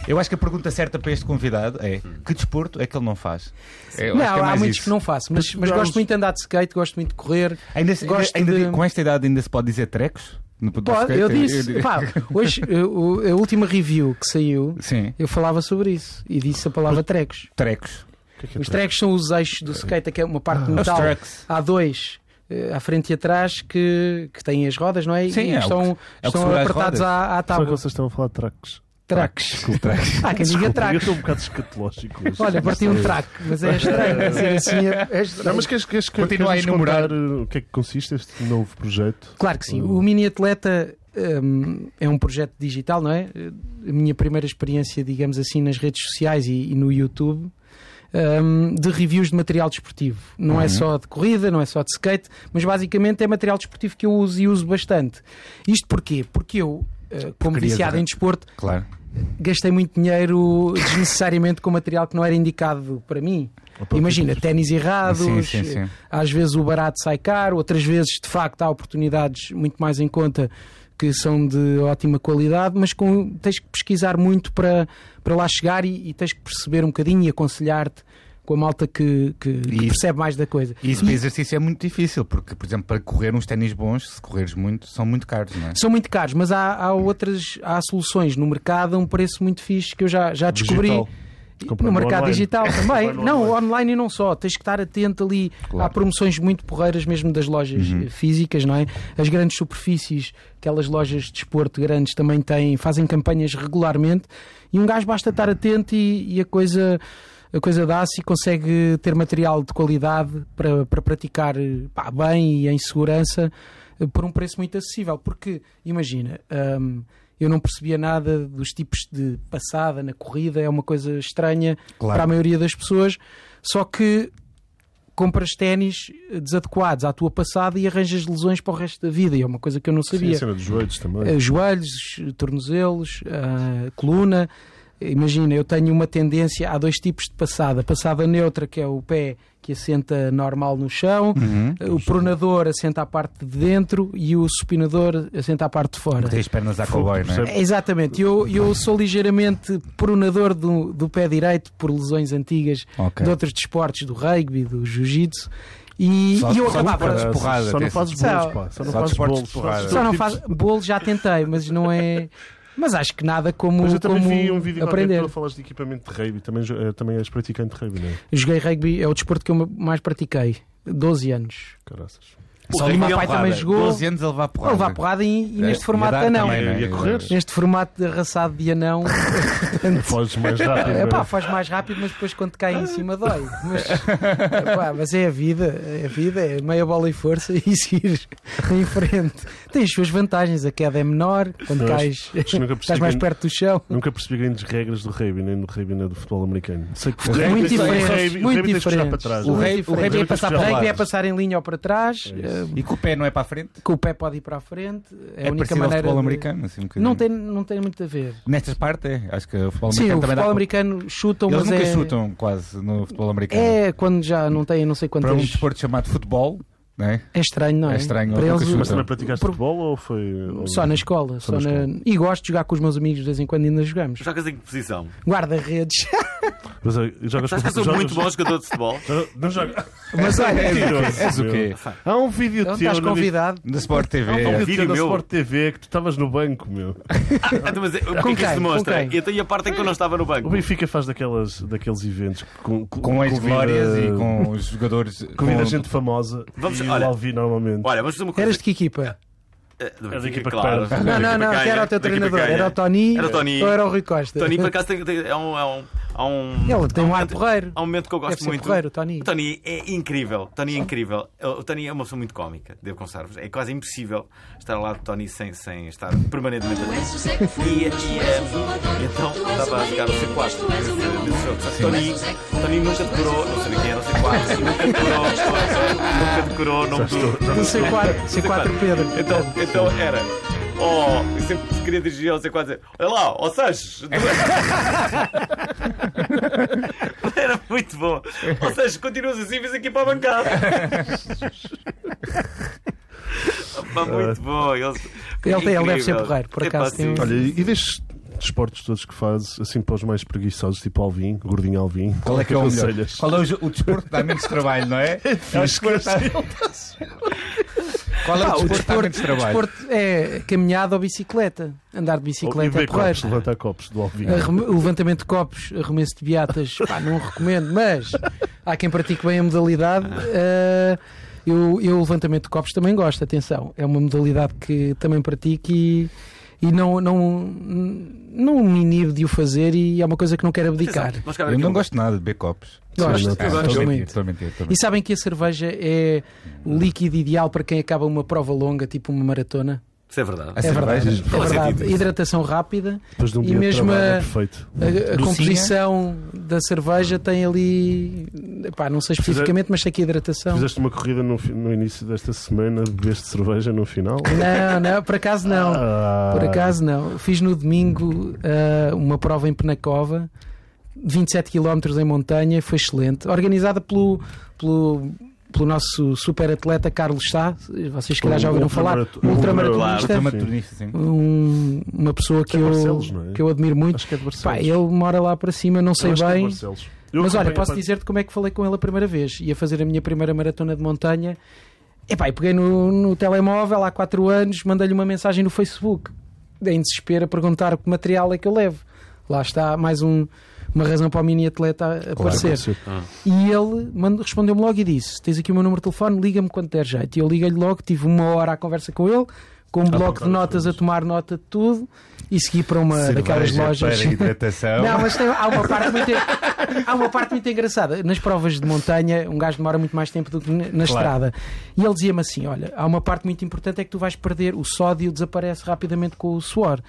Speaker 2: eu acho que a pergunta certa para este convidado é que desporto é que ele não faz? Eu
Speaker 5: não,
Speaker 2: acho que é
Speaker 5: há
Speaker 2: mais
Speaker 5: muitos
Speaker 2: isso.
Speaker 5: que não faço, mas, mas
Speaker 4: Não,
Speaker 5: gosto
Speaker 4: os-
Speaker 5: muito de andar de skate, gosto muito de correr.
Speaker 2: Ainda, se-
Speaker 5: Gosto
Speaker 2: ainda
Speaker 5: de-
Speaker 2: di- Com esta idade ainda se pode dizer trecos? No
Speaker 5: Pode,
Speaker 2: podcast?
Speaker 5: eu disse,
Speaker 2: eu-
Speaker 5: pá, hoje eu- o- a última review que saiu,
Speaker 2: Sim,
Speaker 5: eu falava sobre isso e disse a palavra trecos.
Speaker 2: trecos. Ah,
Speaker 5: Os trecos são os eixos do skate, que é uma parte de
Speaker 2: Os
Speaker 5: metal.
Speaker 2: trucks.
Speaker 5: Há dois eh, à frente e atrás que, que têm as rodas, não é?
Speaker 2: Sim,
Speaker 5: e
Speaker 2: é o
Speaker 5: estão,
Speaker 2: é o que
Speaker 5: estão
Speaker 2: segura as rodas.
Speaker 5: apertados à, à
Speaker 4: Só que
Speaker 5: tábua.
Speaker 4: vocês estão a falar de tracos.
Speaker 5: Tracos.
Speaker 2: Trecos.
Speaker 5: Ah, quem diga
Speaker 4: Eu
Speaker 5: tracos.
Speaker 4: estou um bocado escatológico. hoje.
Speaker 5: Olha, parti um track, mas é estranho. dizer assim, é- é estranho.
Speaker 4: Não, mas queres, queres, queres,
Speaker 2: Continua a
Speaker 4: queres
Speaker 2: enumerar.
Speaker 4: contar uh, o que é que consiste este novo projeto?
Speaker 5: Claro que sim. O Mini Atleta hum, é um projeto digital, não é? A minha primeira experiência, digamos assim, nas redes sociais e, e no YouTube. hum, de reviews de material desportivo. Não é só de corrida, não é só de skate, mas basicamente é material desportivo que eu uso e uso bastante. Isto porquê? Porque eu, eh, como
Speaker 2: querias
Speaker 5: viciado
Speaker 2: ver-
Speaker 5: em desporto,
Speaker 2: Claro.
Speaker 5: gastei muito dinheiro desnecessariamente com material que não era indicado para mim. Imagina, ténis errados,
Speaker 2: Sim, sim, sim.
Speaker 5: às vezes o barato sai caro, outras vezes de facto há oportunidades muito mais em conta que são de ótima qualidade, mas com, tens que pesquisar muito para, para lá chegar e, e tens que perceber um bocadinho e aconselhar-te com a malta que, que- que
Speaker 2: E-
Speaker 5: percebe mais da coisa.
Speaker 2: E isso para exercício é muito difícil, porque, por exemplo, para correr uns ténis bons, se correres muito, são muito caros, não é?
Speaker 5: São muito caros, mas há, há outras há soluções no mercado a um preço muito fixe que eu já, já descobri.
Speaker 4: Digital. Comprar
Speaker 5: no
Speaker 4: no
Speaker 5: mercado
Speaker 4: online.
Speaker 5: digital também.
Speaker 4: Comprar no
Speaker 5: não,
Speaker 4: online.
Speaker 5: online e não só. Tens que estar atento ali.
Speaker 2: Claro. Uhum.
Speaker 5: Há promoções muito porreiras mesmo das lojas eh, físicas, não é? As grandes superfícies, aquelas lojas de desporto grandes também têm, fazem campanhas regularmente e um gajo basta estar atento e, e a coisa. A coisa dá-se e consegue ter material de qualidade para, para praticar eh, pá, bem e em segurança eh, por um preço muito acessível. Porque, imagina, hum, eu não percebia nada dos tipos de passada na corrida, é uma coisa estranha
Speaker 2: Claro.
Speaker 5: para a maioria das pessoas. Só que compras ténis eh, desadequados à tua passada e arranjas lesões para o resto da vida. E é uma coisa que eu não
Speaker 4: Sim, a
Speaker 5: sabia.
Speaker 4: cena dos joelhos também.
Speaker 5: Eh, Joelhos, tornozelos, ah, coluna. Imagina, eu tenho uma tendência, há dois tipos de passada. A passada neutra, que é o pé que assenta normal no chão, eh,
Speaker 4: Uhum.
Speaker 5: o pronador assenta à parte de dentro e o supinador assenta à parte de fora.
Speaker 2: Três pernas à cowboy, não é?
Speaker 4: percebe?
Speaker 5: É, Exatamente, eu, eu sou ligeiramente pronador do, do pé direito por lesões antigas
Speaker 2: Ok.
Speaker 5: de outros desportos, do rugby, do jiu-jitsu, e,
Speaker 2: Só-
Speaker 5: e
Speaker 4: um
Speaker 5: eu
Speaker 2: só
Speaker 5: acabava.
Speaker 2: para- porrada,
Speaker 4: Só não
Speaker 2: atenção.
Speaker 4: fazes bolos,
Speaker 5: Só-
Speaker 4: pá. Só não
Speaker 2: só
Speaker 4: fazes
Speaker 2: desportos
Speaker 4: bolos.
Speaker 2: de porrada.
Speaker 4: fazes
Speaker 5: Só não
Speaker 4: todo
Speaker 5: faz.
Speaker 4: tipo de-
Speaker 5: Bolo já tentei, mas não é. Mas acho que nada como,
Speaker 4: Mas eu também
Speaker 5: como
Speaker 4: vi um vídeo qualquer
Speaker 5: aprender.
Speaker 4: que tu falas de equipamento de rugby. Também, jo- eh, também és praticante de rugby, não é?
Speaker 5: Joguei rugby, é o desporto que eu mais pratiquei, 12 anos.
Speaker 4: Caraças.
Speaker 5: Só
Speaker 1: rugby
Speaker 5: o
Speaker 1: é
Speaker 5: meu
Speaker 1: um
Speaker 5: pai
Speaker 1: porrada.
Speaker 5: também jogou.
Speaker 2: 12 anos a levar
Speaker 5: a
Speaker 2: porrada.
Speaker 5: levar porrada e, e neste
Speaker 2: É,
Speaker 5: formato
Speaker 2: e a dar
Speaker 5: anão.
Speaker 2: também, não é?
Speaker 4: E a correr?
Speaker 5: Neste formato de arraçado de anão.
Speaker 4: Foges mais rápido.
Speaker 5: É
Speaker 4: não
Speaker 5: pá,
Speaker 4: é?
Speaker 5: faz mais rápido, mas depois quando cai em cima dói. Mas, epá, mas é a vida, é a vida, é meia bola e força e seguir em frente. Tem as suas vantagens, a queda é menor, quando
Speaker 4: Mas-
Speaker 5: cais
Speaker 4: mas nunca
Speaker 5: estás mais
Speaker 4: percebi-
Speaker 5: perto do chão.
Speaker 4: Nunca percebi grandes regras do rugby, nem do rugby, nem do futebol americano. Sei que o
Speaker 2: Muito
Speaker 4: rugby- o
Speaker 5: diferentes,
Speaker 4: rugby- o
Speaker 5: muito
Speaker 4: rugby tens que puxar para
Speaker 5: diferentes.
Speaker 4: trás.
Speaker 2: O
Speaker 4: não é?
Speaker 2: rei- o rei
Speaker 4: rugby
Speaker 2: vai
Speaker 4: tens que
Speaker 2: passar
Speaker 4: puxar
Speaker 2: para
Speaker 4: para
Speaker 5: Rugby
Speaker 2: lá.
Speaker 5: é
Speaker 4: lados.
Speaker 5: passar em linha ou para trás, eh,
Speaker 2: E com o pé não é para a frente?
Speaker 5: com o pé pode ir para a frente, é,
Speaker 2: É
Speaker 5: a
Speaker 2: parecido
Speaker 5: única
Speaker 2: ao
Speaker 5: maneira.
Speaker 2: futebol
Speaker 5: de-
Speaker 2: americano, assim um bocadinho.
Speaker 5: Não tem, não tem muito a ver.
Speaker 2: Nestas partes, é. Acho que o futebol americano
Speaker 5: Sim, o
Speaker 2: também
Speaker 5: futebol
Speaker 2: dá.
Speaker 5: americano chutam,
Speaker 2: Eles
Speaker 5: mas
Speaker 2: nunca
Speaker 5: é.
Speaker 2: chutam quase no futebol americano.
Speaker 5: É quando já não tem não sei
Speaker 2: Para um
Speaker 5: quantas.
Speaker 2: desporto chamado futebol, não é?
Speaker 5: É estranho, não é?
Speaker 2: É estranho,
Speaker 5: Para
Speaker 2: eu nunca
Speaker 5: eles,
Speaker 2: soube.
Speaker 4: Mas também praticaste
Speaker 5: Por-
Speaker 4: futebol ou foi. ou-
Speaker 5: Só na escola.
Speaker 4: Só
Speaker 5: Só
Speaker 4: na
Speaker 5: na- E gosto de jogar com os meus amigos de vez em quando ainda jogamos.
Speaker 1: Jogas em que posição?
Speaker 5: Guarda-redes.
Speaker 4: Mas é, jogas
Speaker 1: Sabes que eu sou
Speaker 4: jogas-
Speaker 1: muito bom jogador de futebol?
Speaker 4: Joga- Não joga.
Speaker 5: Mas olha,
Speaker 2: És o quê?
Speaker 4: Há um vídeo
Speaker 5: não
Speaker 4: teu.
Speaker 5: É estás
Speaker 4: na-
Speaker 5: convidado.
Speaker 2: Da Sport
Speaker 4: Há
Speaker 2: TV.
Speaker 4: um vídeo teu
Speaker 1: É, Vídeo
Speaker 4: na
Speaker 1: meu.
Speaker 4: Sport TV que tu estavas no banco, meu.
Speaker 1: Ah, então, mas, o que é que
Speaker 5: quem?
Speaker 1: isso
Speaker 5: Com
Speaker 1: demonstra?
Speaker 5: quem?
Speaker 1: Eu tenho a parte em que eu não estava no
Speaker 4: O
Speaker 1: banco.
Speaker 4: Benfica faz daquelas, daqueles eventos que com, com,
Speaker 2: Com as
Speaker 4: convida-
Speaker 2: glórias e com os jogadores.
Speaker 4: Convida
Speaker 2: com-
Speaker 4: gente famosa.
Speaker 1: Vamos-
Speaker 4: e
Speaker 1: olha.
Speaker 4: eu lá vi normalmente.
Speaker 1: Olha, vamos fazer uma coisa.
Speaker 5: Eras de que equipa?
Speaker 1: Eh, do
Speaker 4: Era da
Speaker 1: Benfica,
Speaker 4: equipa que
Speaker 1: claro.
Speaker 4: perde.
Speaker 5: Não, não, não,
Speaker 1: Da equipa
Speaker 5: que era o teu
Speaker 1: ganha, da equipa
Speaker 5: treinador.
Speaker 1: ganha.
Speaker 5: Era o Tony,
Speaker 1: Era o Tony.
Speaker 5: ou era o Rui Costa.
Speaker 1: Tony, por acaso, tem, tem- é um. É um, é um
Speaker 5: Ele tem um ar
Speaker 1: há
Speaker 5: porreiro.
Speaker 1: Há um momento que eu gosto
Speaker 5: Deve ser
Speaker 1: muito.
Speaker 5: porreiro, o Tony.
Speaker 1: O Tony é incrível. O Tony é incrível. O Tony é uma pessoa muito cómica, devo confessar-vos. É quase impossível estar ao lado do Tony sem, sem estar permanentemente atento. E, e, eh, então estava a jogar o C4 desse, desse jogo. Só que Tony, Tony nunca decorou, não sabia quem era o é, C4, nunca decorou, nunca decorou o nome do,
Speaker 5: Do C4, C4 Pedro.
Speaker 1: então, então era. Oh, eu sempre se queria dirigir ao C4 dizer: Olha lá, ó Sanches! era muito bom. Ó Sanches, continuas assim, vês aqui para a bancada. Opa, muito bom. Ele,
Speaker 5: Ele tem- ele deve ser
Speaker 1: Incrível.
Speaker 5: porreiro, por
Speaker 1: Epá,
Speaker 5: acaso tem
Speaker 1: sim.
Speaker 5: um-
Speaker 4: Olha, e destes desportos todos que fazes, assim para os mais preguiçosos, tipo Alvin, gordinho Alvin,
Speaker 2: Qual é que é o melhor?
Speaker 4: aconselhas?
Speaker 2: Qual é o, jo- o desporto que dá menos trabalho, não é? É o desporto. Qual é
Speaker 5: Ah,
Speaker 2: o desporto que dá
Speaker 5: o desporto,
Speaker 2: menos trabalho?
Speaker 5: desporto é caminhada ou bicicleta. Andar de
Speaker 4: Ou- E
Speaker 5: bicicleta é
Speaker 4: ver copos,
Speaker 5: porreiro.
Speaker 4: levantar copos do Alvin.
Speaker 5: Arreme- Levantamento de copos, arremesso de beatas, pá, não recomendo, mas há quem pratique bem a modalidade. eh, eu, eu levantamento de copos também gosto, atenção. É uma modalidade que também pratico e, e não, não, não me inibo de o fazer e é uma coisa que não quero abdicar.
Speaker 1: Vamos cá ver
Speaker 2: Eu
Speaker 1: aqui
Speaker 2: não
Speaker 1: um-
Speaker 2: gosto nada de beber copos.
Speaker 5: Gosto,
Speaker 2: Ah,
Speaker 5: gosto
Speaker 2: Estou a mentir,
Speaker 5: muito.
Speaker 2: estou a mentir. estou a
Speaker 5: E
Speaker 2: mentir.
Speaker 5: sabem que a cerveja é o líquido ideal para quem acaba uma prova longa, tipo uma maratona?
Speaker 1: Isso é verdade.
Speaker 2: A cerveja.
Speaker 5: É
Speaker 1: Faz
Speaker 5: verdade.
Speaker 1: sentido.
Speaker 5: Hidratação rápida,
Speaker 4: Depois de um
Speaker 5: e
Speaker 4: dia
Speaker 5: mesmo
Speaker 4: de trabalho,
Speaker 5: a-
Speaker 4: é perfeito.
Speaker 5: a, a
Speaker 2: Docinha.
Speaker 5: composição da cerveja tem ali. Pá, não sei especificamente, mas sei que a hidratação.
Speaker 4: Fizeste uma corrida no, fi- no início desta semana, bebeste cerveja no final?
Speaker 5: Não, não, por acaso não.
Speaker 4: Ah,
Speaker 5: Por acaso não. Fiz no domingo ah, uma prova em Penacova, 27 km em montanha, foi excelente. Organizada pelo. pelo pelo nosso super atleta Carlos Sá, vocês se calhar já ouviram falar,
Speaker 4: ultramarato-
Speaker 2: é
Speaker 5: ultramaratonista,
Speaker 4: Claro.
Speaker 2: Ultramaratonista, sim.
Speaker 5: um- uma pessoa que
Speaker 4: É
Speaker 5: eu,
Speaker 4: Barcelos, não é?
Speaker 5: que eu admiro muito.
Speaker 4: Acho que é de
Speaker 5: Pá,
Speaker 4: Barcelos.
Speaker 5: ele mora lá para cima, não sei
Speaker 4: Eu acho que é de
Speaker 5: bem.
Speaker 4: Barcelos. Eu
Speaker 5: Mas olha,
Speaker 4: acompanho-
Speaker 5: posso dizer-te como é que falei com ele a primeira vez. Ia fazer a minha primeira maratona de montanha. Epá, eu peguei no, no telemóvel há 4 anos, mandei-lhe uma mensagem no Facebook, em desespero, a perguntar que material é que eu levo. Lá está mais um- uma razão para o mini atleta a- a aparecer.
Speaker 4: aconteceu.
Speaker 5: E ele mand- respondeu-me logo e disse: Tens aqui o meu número de telefone, liga-me quando der jeito. E eu liguei-lhe logo, tive uma hora à conversa com ele, com um bloco de notas a tomar nota de tudo e segui para uma daquelas
Speaker 2: Cerveja
Speaker 5: lojas.
Speaker 2: é Para hidratação.
Speaker 5: Não, mas tem- há, uma parte muito, há uma parte muito engraçada. Nas provas de montanha, um gajo demora muito mais tempo do que na na estrada. E ele dizia-me assim: Olha, há uma parte muito importante é que tu vais perder, o sódio desaparece rapidamente com o suor.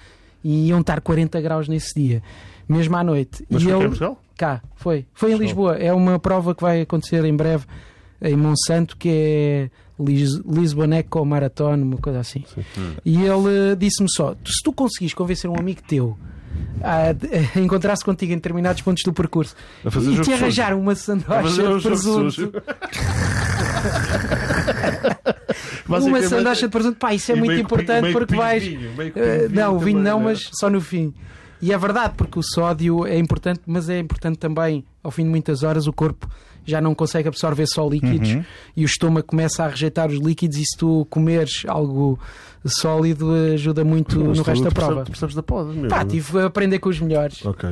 Speaker 5: E iam estar 40 graus nesse dia, mesmo à noite.
Speaker 4: Mas
Speaker 5: e
Speaker 4: foi cá em
Speaker 5: ele-
Speaker 4: Portugal?
Speaker 5: Cá, foi. Foi em Lisboa. É uma prova que vai acontecer em breve em Monsanto, que é Lis Lisbon Eco Marathon, uma coisa assim.
Speaker 4: Hum.
Speaker 5: E ele eh, disse-me só: "Tu- se tu conseguires convencer um amigo teu a, eh, a encontrar-se contigo em determinados pontos do percurso
Speaker 4: A fazer
Speaker 5: e
Speaker 4: jogo
Speaker 5: te
Speaker 4: sujo.
Speaker 5: arranjar uma
Speaker 4: A fazer
Speaker 5: sandocha
Speaker 4: um
Speaker 5: de
Speaker 4: jogo
Speaker 5: presunto,
Speaker 4: sujo.
Speaker 5: uma
Speaker 4: Basicamente-
Speaker 5: sandocha de presunto, pá, isso é
Speaker 4: E
Speaker 5: muito
Speaker 4: meio que
Speaker 5: importante
Speaker 4: meio que
Speaker 5: porque
Speaker 4: pingo de
Speaker 5: vais.
Speaker 4: vinho, meio que pingo de
Speaker 5: Eh, não, o vinho
Speaker 4: também,
Speaker 5: não,
Speaker 4: é?
Speaker 5: mas só no fim. E é verdade, porque o sódio é importante, mas é importante também, ao fim de muitas horas, o corpo já não consegue absorver só líquidos e o estômago começa a rejeitar os líquidos. E se tu comeres algo sólido, ajuda muito
Speaker 4: Mas
Speaker 5: no
Speaker 4: tu-
Speaker 5: resto da
Speaker 4: tu percebes-
Speaker 5: prova.
Speaker 4: Tu percebes da poda, meu.
Speaker 5: Pá, tive a aprender com os melhores.
Speaker 4: Ok.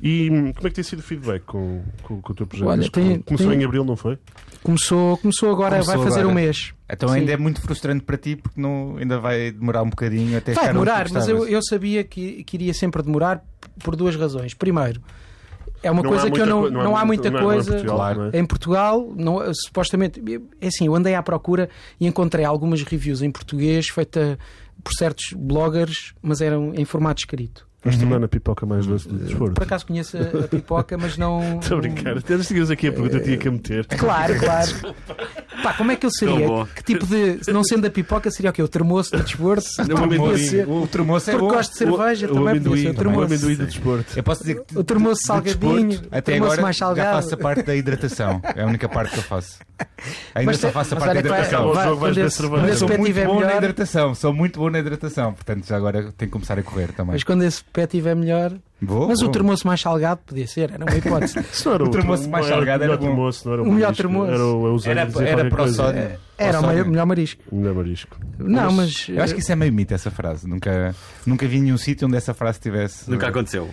Speaker 4: E hum, como é que tem sido o feedback com, com, com o teu projeto?
Speaker 5: Olha,
Speaker 4: Acho que
Speaker 5: tem-
Speaker 4: Começou
Speaker 5: tem-
Speaker 4: em abril, não foi?
Speaker 5: Começou, começou agora,
Speaker 2: Começou
Speaker 5: vai fazer
Speaker 2: agora.
Speaker 5: um mês.
Speaker 2: Então
Speaker 5: Sim.
Speaker 2: ainda é muito frustrante para ti porque não, ainda vai demorar um bocadinho até
Speaker 5: Vai
Speaker 2: chegar onde tu
Speaker 5: demorar, mas eu,
Speaker 2: gostavas.
Speaker 5: eu sabia que, que iria sempre demorar por duas razões. Primeiro, é uma
Speaker 4: Não há
Speaker 5: coisa que eu
Speaker 4: muita
Speaker 5: não,
Speaker 4: coi-
Speaker 5: não, há muita
Speaker 4: não
Speaker 5: coisa.
Speaker 4: Não é Portugal,
Speaker 2: Claro.
Speaker 4: não é?
Speaker 5: Em Portugal, não, supostamente, é assim, eu andei à procura e encontrei algumas reviews em português feita por certos bloggers, mas eram em formato escrito.
Speaker 4: Esta semana pipoca mais doce
Speaker 5: Eh,
Speaker 4: do desporto.
Speaker 5: Por acaso conheço a, a pipoca, mas não.
Speaker 4: Estou a brincar. Até nós tínhamos aqui a pergunta que tinha que meter.
Speaker 5: É Claro, claro. Pá, como é que eu
Speaker 1: Tão
Speaker 5: seria?
Speaker 1: bom.
Speaker 5: Que tipo de. Não sendo a pipoca, seria o quê? O termoço do desporto?
Speaker 4: Não, o
Speaker 5: Podia
Speaker 4: amendoim.
Speaker 5: ser.
Speaker 2: O tremoço é
Speaker 5: Porque
Speaker 2: bom.
Speaker 5: gosto de cerveja
Speaker 4: o
Speaker 5: também, podia
Speaker 4: amendoim,
Speaker 5: ser o
Speaker 4: o
Speaker 5: termoço.
Speaker 4: amendoim do desporto.
Speaker 2: Eu posso dizer que
Speaker 5: O termoço
Speaker 2: de desporto,
Speaker 5: salgadinho, o
Speaker 2: até
Speaker 5: termoço
Speaker 2: agora
Speaker 5: mais
Speaker 2: já
Speaker 5: salgado.
Speaker 2: faço a parte da hidratação. É a única parte que eu faço. Ainda
Speaker 5: Mas
Speaker 2: só
Speaker 5: tem-
Speaker 2: faço a parte
Speaker 5: mas
Speaker 2: da
Speaker 5: olha que é vai-
Speaker 2: hidratação.
Speaker 4: Acaba o
Speaker 5: vai-
Speaker 4: jogo,
Speaker 5: quando
Speaker 4: vais ver
Speaker 5: esse- é
Speaker 4: cerveja.
Speaker 5: quando esse
Speaker 2: Sou
Speaker 5: pé
Speaker 2: muito
Speaker 5: tiver
Speaker 2: bom na
Speaker 5: melhor-
Speaker 2: hidratação, sou muito bom na hidratação, portanto já agora tenho que começar a correr também.
Speaker 5: Mas quando esse pé tiver melhor.
Speaker 2: Vou,
Speaker 5: mas
Speaker 2: vou.
Speaker 5: o termoço mais salgado podia ser, era uma hipótese.
Speaker 4: Isso não era
Speaker 2: O termoço mais
Speaker 4: não era
Speaker 2: salgado
Speaker 4: o
Speaker 2: era
Speaker 4: melhor
Speaker 2: bom.
Speaker 4: termoço, não era um
Speaker 5: O melhor
Speaker 4: marisco,
Speaker 5: termoço.
Speaker 4: Era o Eusébio
Speaker 2: Era,
Speaker 4: dizer
Speaker 2: era
Speaker 4: qualquer
Speaker 2: para o
Speaker 4: coisa.
Speaker 2: sódio.
Speaker 5: É, Era o
Speaker 2: Para
Speaker 5: maior-
Speaker 2: sódio.
Speaker 5: melhor marisco.
Speaker 4: O melhor marisco.
Speaker 5: Não, mas.
Speaker 2: Eu acho que isso é meio mito, essa frase. Nunca, nunca vi nenhum sítio onde essa frase tivesse.
Speaker 1: Nunca aconteceu.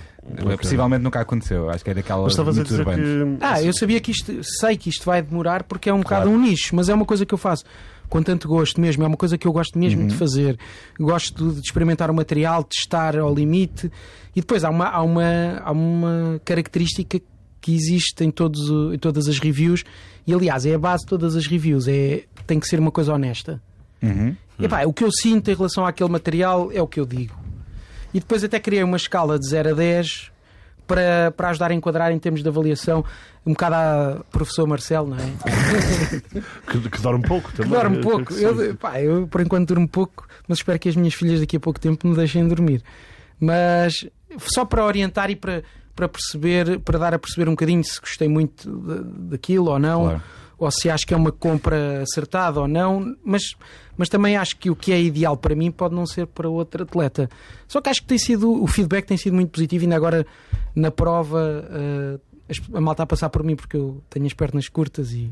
Speaker 2: Possivelmente nunca aconteceu. Acho que é daquela.
Speaker 4: Mas estavas a
Speaker 2: mitos
Speaker 4: dizer
Speaker 2: urbanos.
Speaker 4: que.
Speaker 5: Ah, eu sabia que isto, sei que isto vai demorar porque é um bocado
Speaker 2: Claro.
Speaker 5: um nicho, mas é uma coisa que eu faço com tanto gosto mesmo, é uma coisa que eu gosto mesmo de fazer. Gosto de experimentar o material, testar ao limite e depois há uma, há uma, há uma característica que existe em, todos, o- em todas as reviews e aliás é a base de todas as reviews, é, tem que ser uma coisa honesta.
Speaker 2: Uhum.
Speaker 5: E pá, é o que eu sinto em relação àquele material é o que eu digo. E depois até criei uma escala de 0 a 10 para, para ajudar a enquadrar em termos de avaliação um bocado à professor Marcelo, não é?
Speaker 4: Que, que dorme pouco também.
Speaker 5: Que dorme
Speaker 4: Eu-
Speaker 5: pouco.
Speaker 4: eu-
Speaker 5: Eu, pá, eu por enquanto durmo pouco, mas espero que as minhas filhas daqui a pouco tempo me deixem dormir. Mas só para orientar e para, para perceber, para dar a perceber um bocadinho se gostei muito da- daquilo ou não
Speaker 2: Claro.
Speaker 5: ou se acho que é uma compra acertada ou não, mas, mas também acho que o que é ideal para mim pode não ser para outro atleta. Só que acho que tem sido, o feedback tem sido muito positivo, ainda agora na prova eh, as- a malta a passar por mim porque eu tenho as pernas curtas e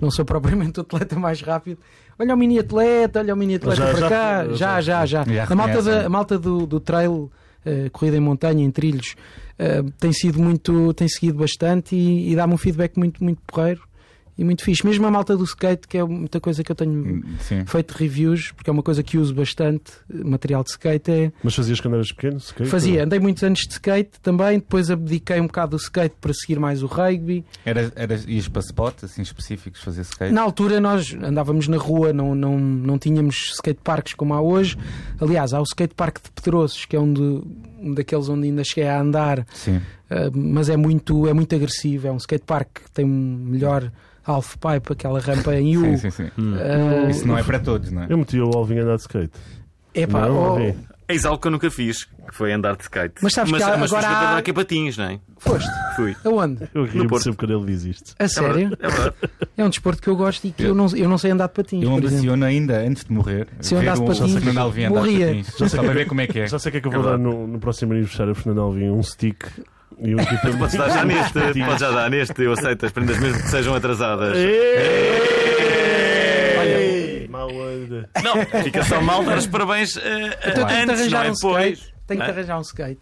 Speaker 5: não sou propriamente o atleta mais rápido. Olha o mini atleta, olha o mini atleta
Speaker 4: Já,
Speaker 5: para
Speaker 4: já,
Speaker 5: cá, já, já, já.
Speaker 2: Já
Speaker 5: A malta,
Speaker 2: reconhecem.
Speaker 5: da- a malta do, do trail, eh, corrida em montanha, em trilhos, eh, tem sido muito, tem seguido bastante e, e dá-me um feedback muito, muito porreiro e muito fixe. Mesmo a malta do skate, que é muita coisa que eu tenho
Speaker 2: Sim.
Speaker 5: feito reviews, porque é uma coisa que uso bastante, eh, material de skate, é
Speaker 4: Mas fazias quando eras pequeno? skate?
Speaker 5: fazia, andei muitos anos de skate também, depois abdiquei um bocado do skate para seguir mais o rugby.
Speaker 2: Era, era, ias para spot, assim, específicos, fazer skate?
Speaker 5: Na altura nós andávamos na rua, não, não, não tínhamos skateparks como há hoje. Aliás, há o skatepark de Pedroços, que é um, de- um daqueles onde ainda cheguei a andar,
Speaker 2: Sim.
Speaker 5: eh, mas é muito, é muito agressivo. É um skatepark que tem um melhor half-pipe, aquela rampa em U.
Speaker 2: Sim, sim, sim.
Speaker 5: Eh,
Speaker 2: Isso não é para todos, não é?
Speaker 4: Eu metia o Alvin a andar de skate.
Speaker 5: epá,
Speaker 4: não,
Speaker 5: oh,
Speaker 4: Alvin.
Speaker 1: Eis algo que eu nunca fiz, que foi andar de skate.
Speaker 5: Mas sabes que há-
Speaker 1: mas
Speaker 5: agora
Speaker 1: fiz
Speaker 5: há-
Speaker 1: para dar patins, não é?
Speaker 5: foste?
Speaker 1: Fui.
Speaker 5: Aonde?
Speaker 4: Eu rio-me
Speaker 1: Porto.
Speaker 4: sempre quando ele diz isto.
Speaker 5: A sério?
Speaker 1: É verdade.
Speaker 5: É um desporto que eu gosto e que eu não, eu não sei andar de patins,
Speaker 2: Eu assim,
Speaker 5: por exemplo.
Speaker 2: ambiciono ainda, antes de morrer,
Speaker 5: Se eu
Speaker 2: ver
Speaker 5: andasse
Speaker 2: o,
Speaker 5: de patins,
Speaker 2: o Fernando Alvim andar de
Speaker 5: morria.
Speaker 2: patins. Só para ver como é que é.
Speaker 4: Já sei o que é que eu vou dar no, no próximo aniversário a Fernando Alvim. Um stick e um equipamento.
Speaker 1: Podes dar já neste,
Speaker 2: tipo.
Speaker 1: podes já dar neste, eu aceito as prendas mesmo que sejam atrasadas.
Speaker 5: É
Speaker 4: Olha, mal anda.
Speaker 1: Não, fica só mal dar os parabéns eh, eh,
Speaker 5: Então tenho que
Speaker 1: antes, não
Speaker 5: arranjar
Speaker 1: é
Speaker 5: um
Speaker 1: depois.
Speaker 5: skate. Tenho que arranjar um skate.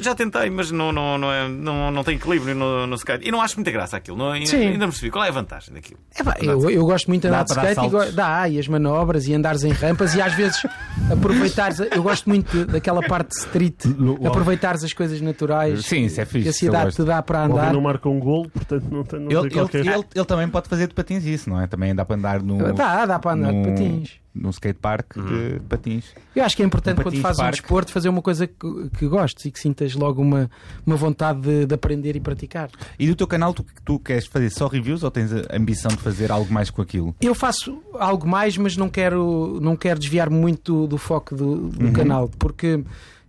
Speaker 1: Já tentei, mas não, não, não, é, não, não tem equilíbrio no, no skate. E não acho muita graça aquilo. Não, ainda,
Speaker 5: Sim.
Speaker 1: ainda não percebi. Qual é a vantagem daquilo?
Speaker 5: Epá, eu, eu gosto muito de
Speaker 2: Dá
Speaker 5: andar de
Speaker 2: para dar
Speaker 5: skate e, go-
Speaker 2: saltos.
Speaker 5: dá, e as manobras e andares em rampas e às vezes aproveitares. Eu gosto muito de- daquela parte street,
Speaker 2: O- o-
Speaker 5: aproveitares as coisas naturais
Speaker 2: Sim, isso é fixe,
Speaker 5: que a
Speaker 2: isso eu
Speaker 5: cidade
Speaker 2: gosto.
Speaker 5: te dá para
Speaker 4: O Alvin
Speaker 5: andar.
Speaker 4: não marca um golo, portanto não tem, não
Speaker 2: Ele,
Speaker 4: tem qualquer.
Speaker 1: é.
Speaker 2: ele- ele- ele também pode fazer de patins isso, não é? Também dá para andar no.
Speaker 5: Dá, dá para Tá, andar de
Speaker 2: num-
Speaker 5: patins.
Speaker 2: Num skatepark de
Speaker 1: Uhum.
Speaker 2: patins.
Speaker 5: Eu acho que é importante
Speaker 2: Um
Speaker 5: quando
Speaker 2: patins
Speaker 5: fazes um
Speaker 2: parque.
Speaker 5: desporto fazer uma coisa que, que gostes e que sintas logo uma, uma vontade de, de aprender e praticar.
Speaker 2: E do teu canal, tu, tu queres fazer só reviews ou tens a ambição de fazer algo mais com aquilo?
Speaker 5: Eu faço algo mais, mas não quero, não quero desviar muito do, do foco do,
Speaker 2: Uhum.
Speaker 5: do canal, porque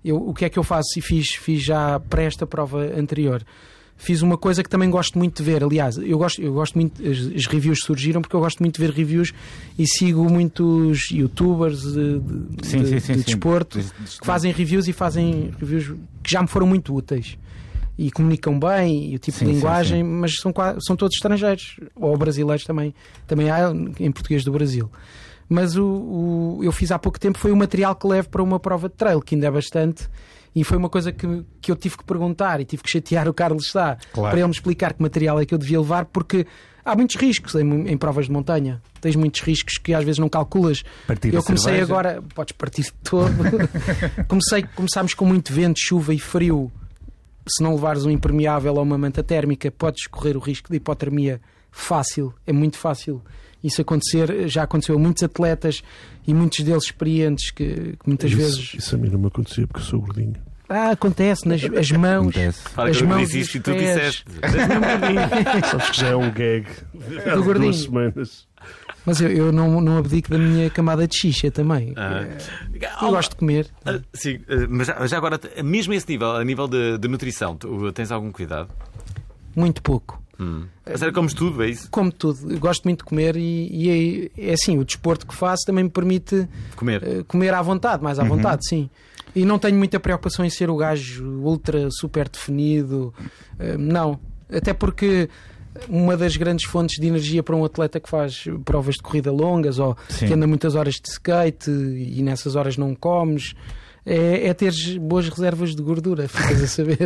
Speaker 5: eu, o que é que eu faço e fiz, fiz já para esta prova anterior? Fiz uma coisa que também gosto muito de ver. Aliás, eu gosto, eu gosto muito, as, as reviews surgiram porque eu gosto muito de ver reviews e sigo muitos youtubers de, de-
Speaker 2: Sim,
Speaker 5: de-
Speaker 2: sim, sim,
Speaker 5: de
Speaker 2: sim.
Speaker 5: desporto
Speaker 2: De- de-
Speaker 5: que fazem reviews e fazem reviews que já me foram muito úteis. E comunicam bem, e o tipo
Speaker 2: Sim,
Speaker 5: de
Speaker 2: sim,
Speaker 5: linguagem,
Speaker 2: sim.
Speaker 5: mas são, qua- são todos estrangeiros, ou brasileiros também, também há em português do Brasil. Mas o, o- eu fiz há pouco tempo foi o material que levo para uma prova de trail, que ainda é bastante, e foi uma coisa que, que eu tive que perguntar e tive que chatear o Carlos Sá
Speaker 2: Claro.
Speaker 5: para ele me explicar que material é que eu devia levar, porque há muitos riscos em, em provas de montanha. Tens muitos riscos que às vezes não calculas.
Speaker 2: Partir
Speaker 5: eu
Speaker 2: a
Speaker 5: comecei
Speaker 2: cerveja.
Speaker 5: agora, podes partir de todo. comecei, começámos com muito vento, chuva e frio se não levares um impermeável ou uma manta térmica, podes correr o risco de hipotermia fácil, é muito fácil isso acontecer. Já aconteceu a muitos atletas e muitos deles experientes que, que muitas
Speaker 4: Isso-
Speaker 5: vezes.
Speaker 4: Isso a mim não me acontecia porque eu sou gordinho.
Speaker 5: Ah, acontece, nas as mãos.
Speaker 2: Acontece.
Speaker 1: Para
Speaker 5: As
Speaker 1: que eu
Speaker 5: mãos
Speaker 1: disse
Speaker 5: e os
Speaker 1: isto e tu
Speaker 5: pés.
Speaker 1: disseste.
Speaker 4: Sabes que já é um gag há
Speaker 5: gordinho.
Speaker 4: duas semanas.
Speaker 5: Mas eu, eu não, não abdico da minha camada de xixa também.
Speaker 1: Ah.
Speaker 5: Eh, Eu gosto de comer.
Speaker 1: Ah, Sim, ah, mas já já agora, mesmo esse nível, a nível de, de nutrição, tu eh, tens algum cuidado?
Speaker 5: Muito pouco. Eh,
Speaker 1: A sério, comes tudo, é isso?
Speaker 5: Como tudo. Eu gosto muito de comer e, e é, é assim, o desporto que faço também me permite
Speaker 1: Comer.
Speaker 5: eh, comer à vontade, mais à
Speaker 2: Uhum.
Speaker 5: vontade, sim. E não tenho muita preocupação em ser o gajo ultra super definido. eh, Não. Até porque uma das grandes fontes de energia para um atleta que faz provas de corrida longas ou
Speaker 2: Sim.
Speaker 5: que anda muitas horas de skate e nessas horas não comes. É, é teres boas reservas de gordura, ficas a saber.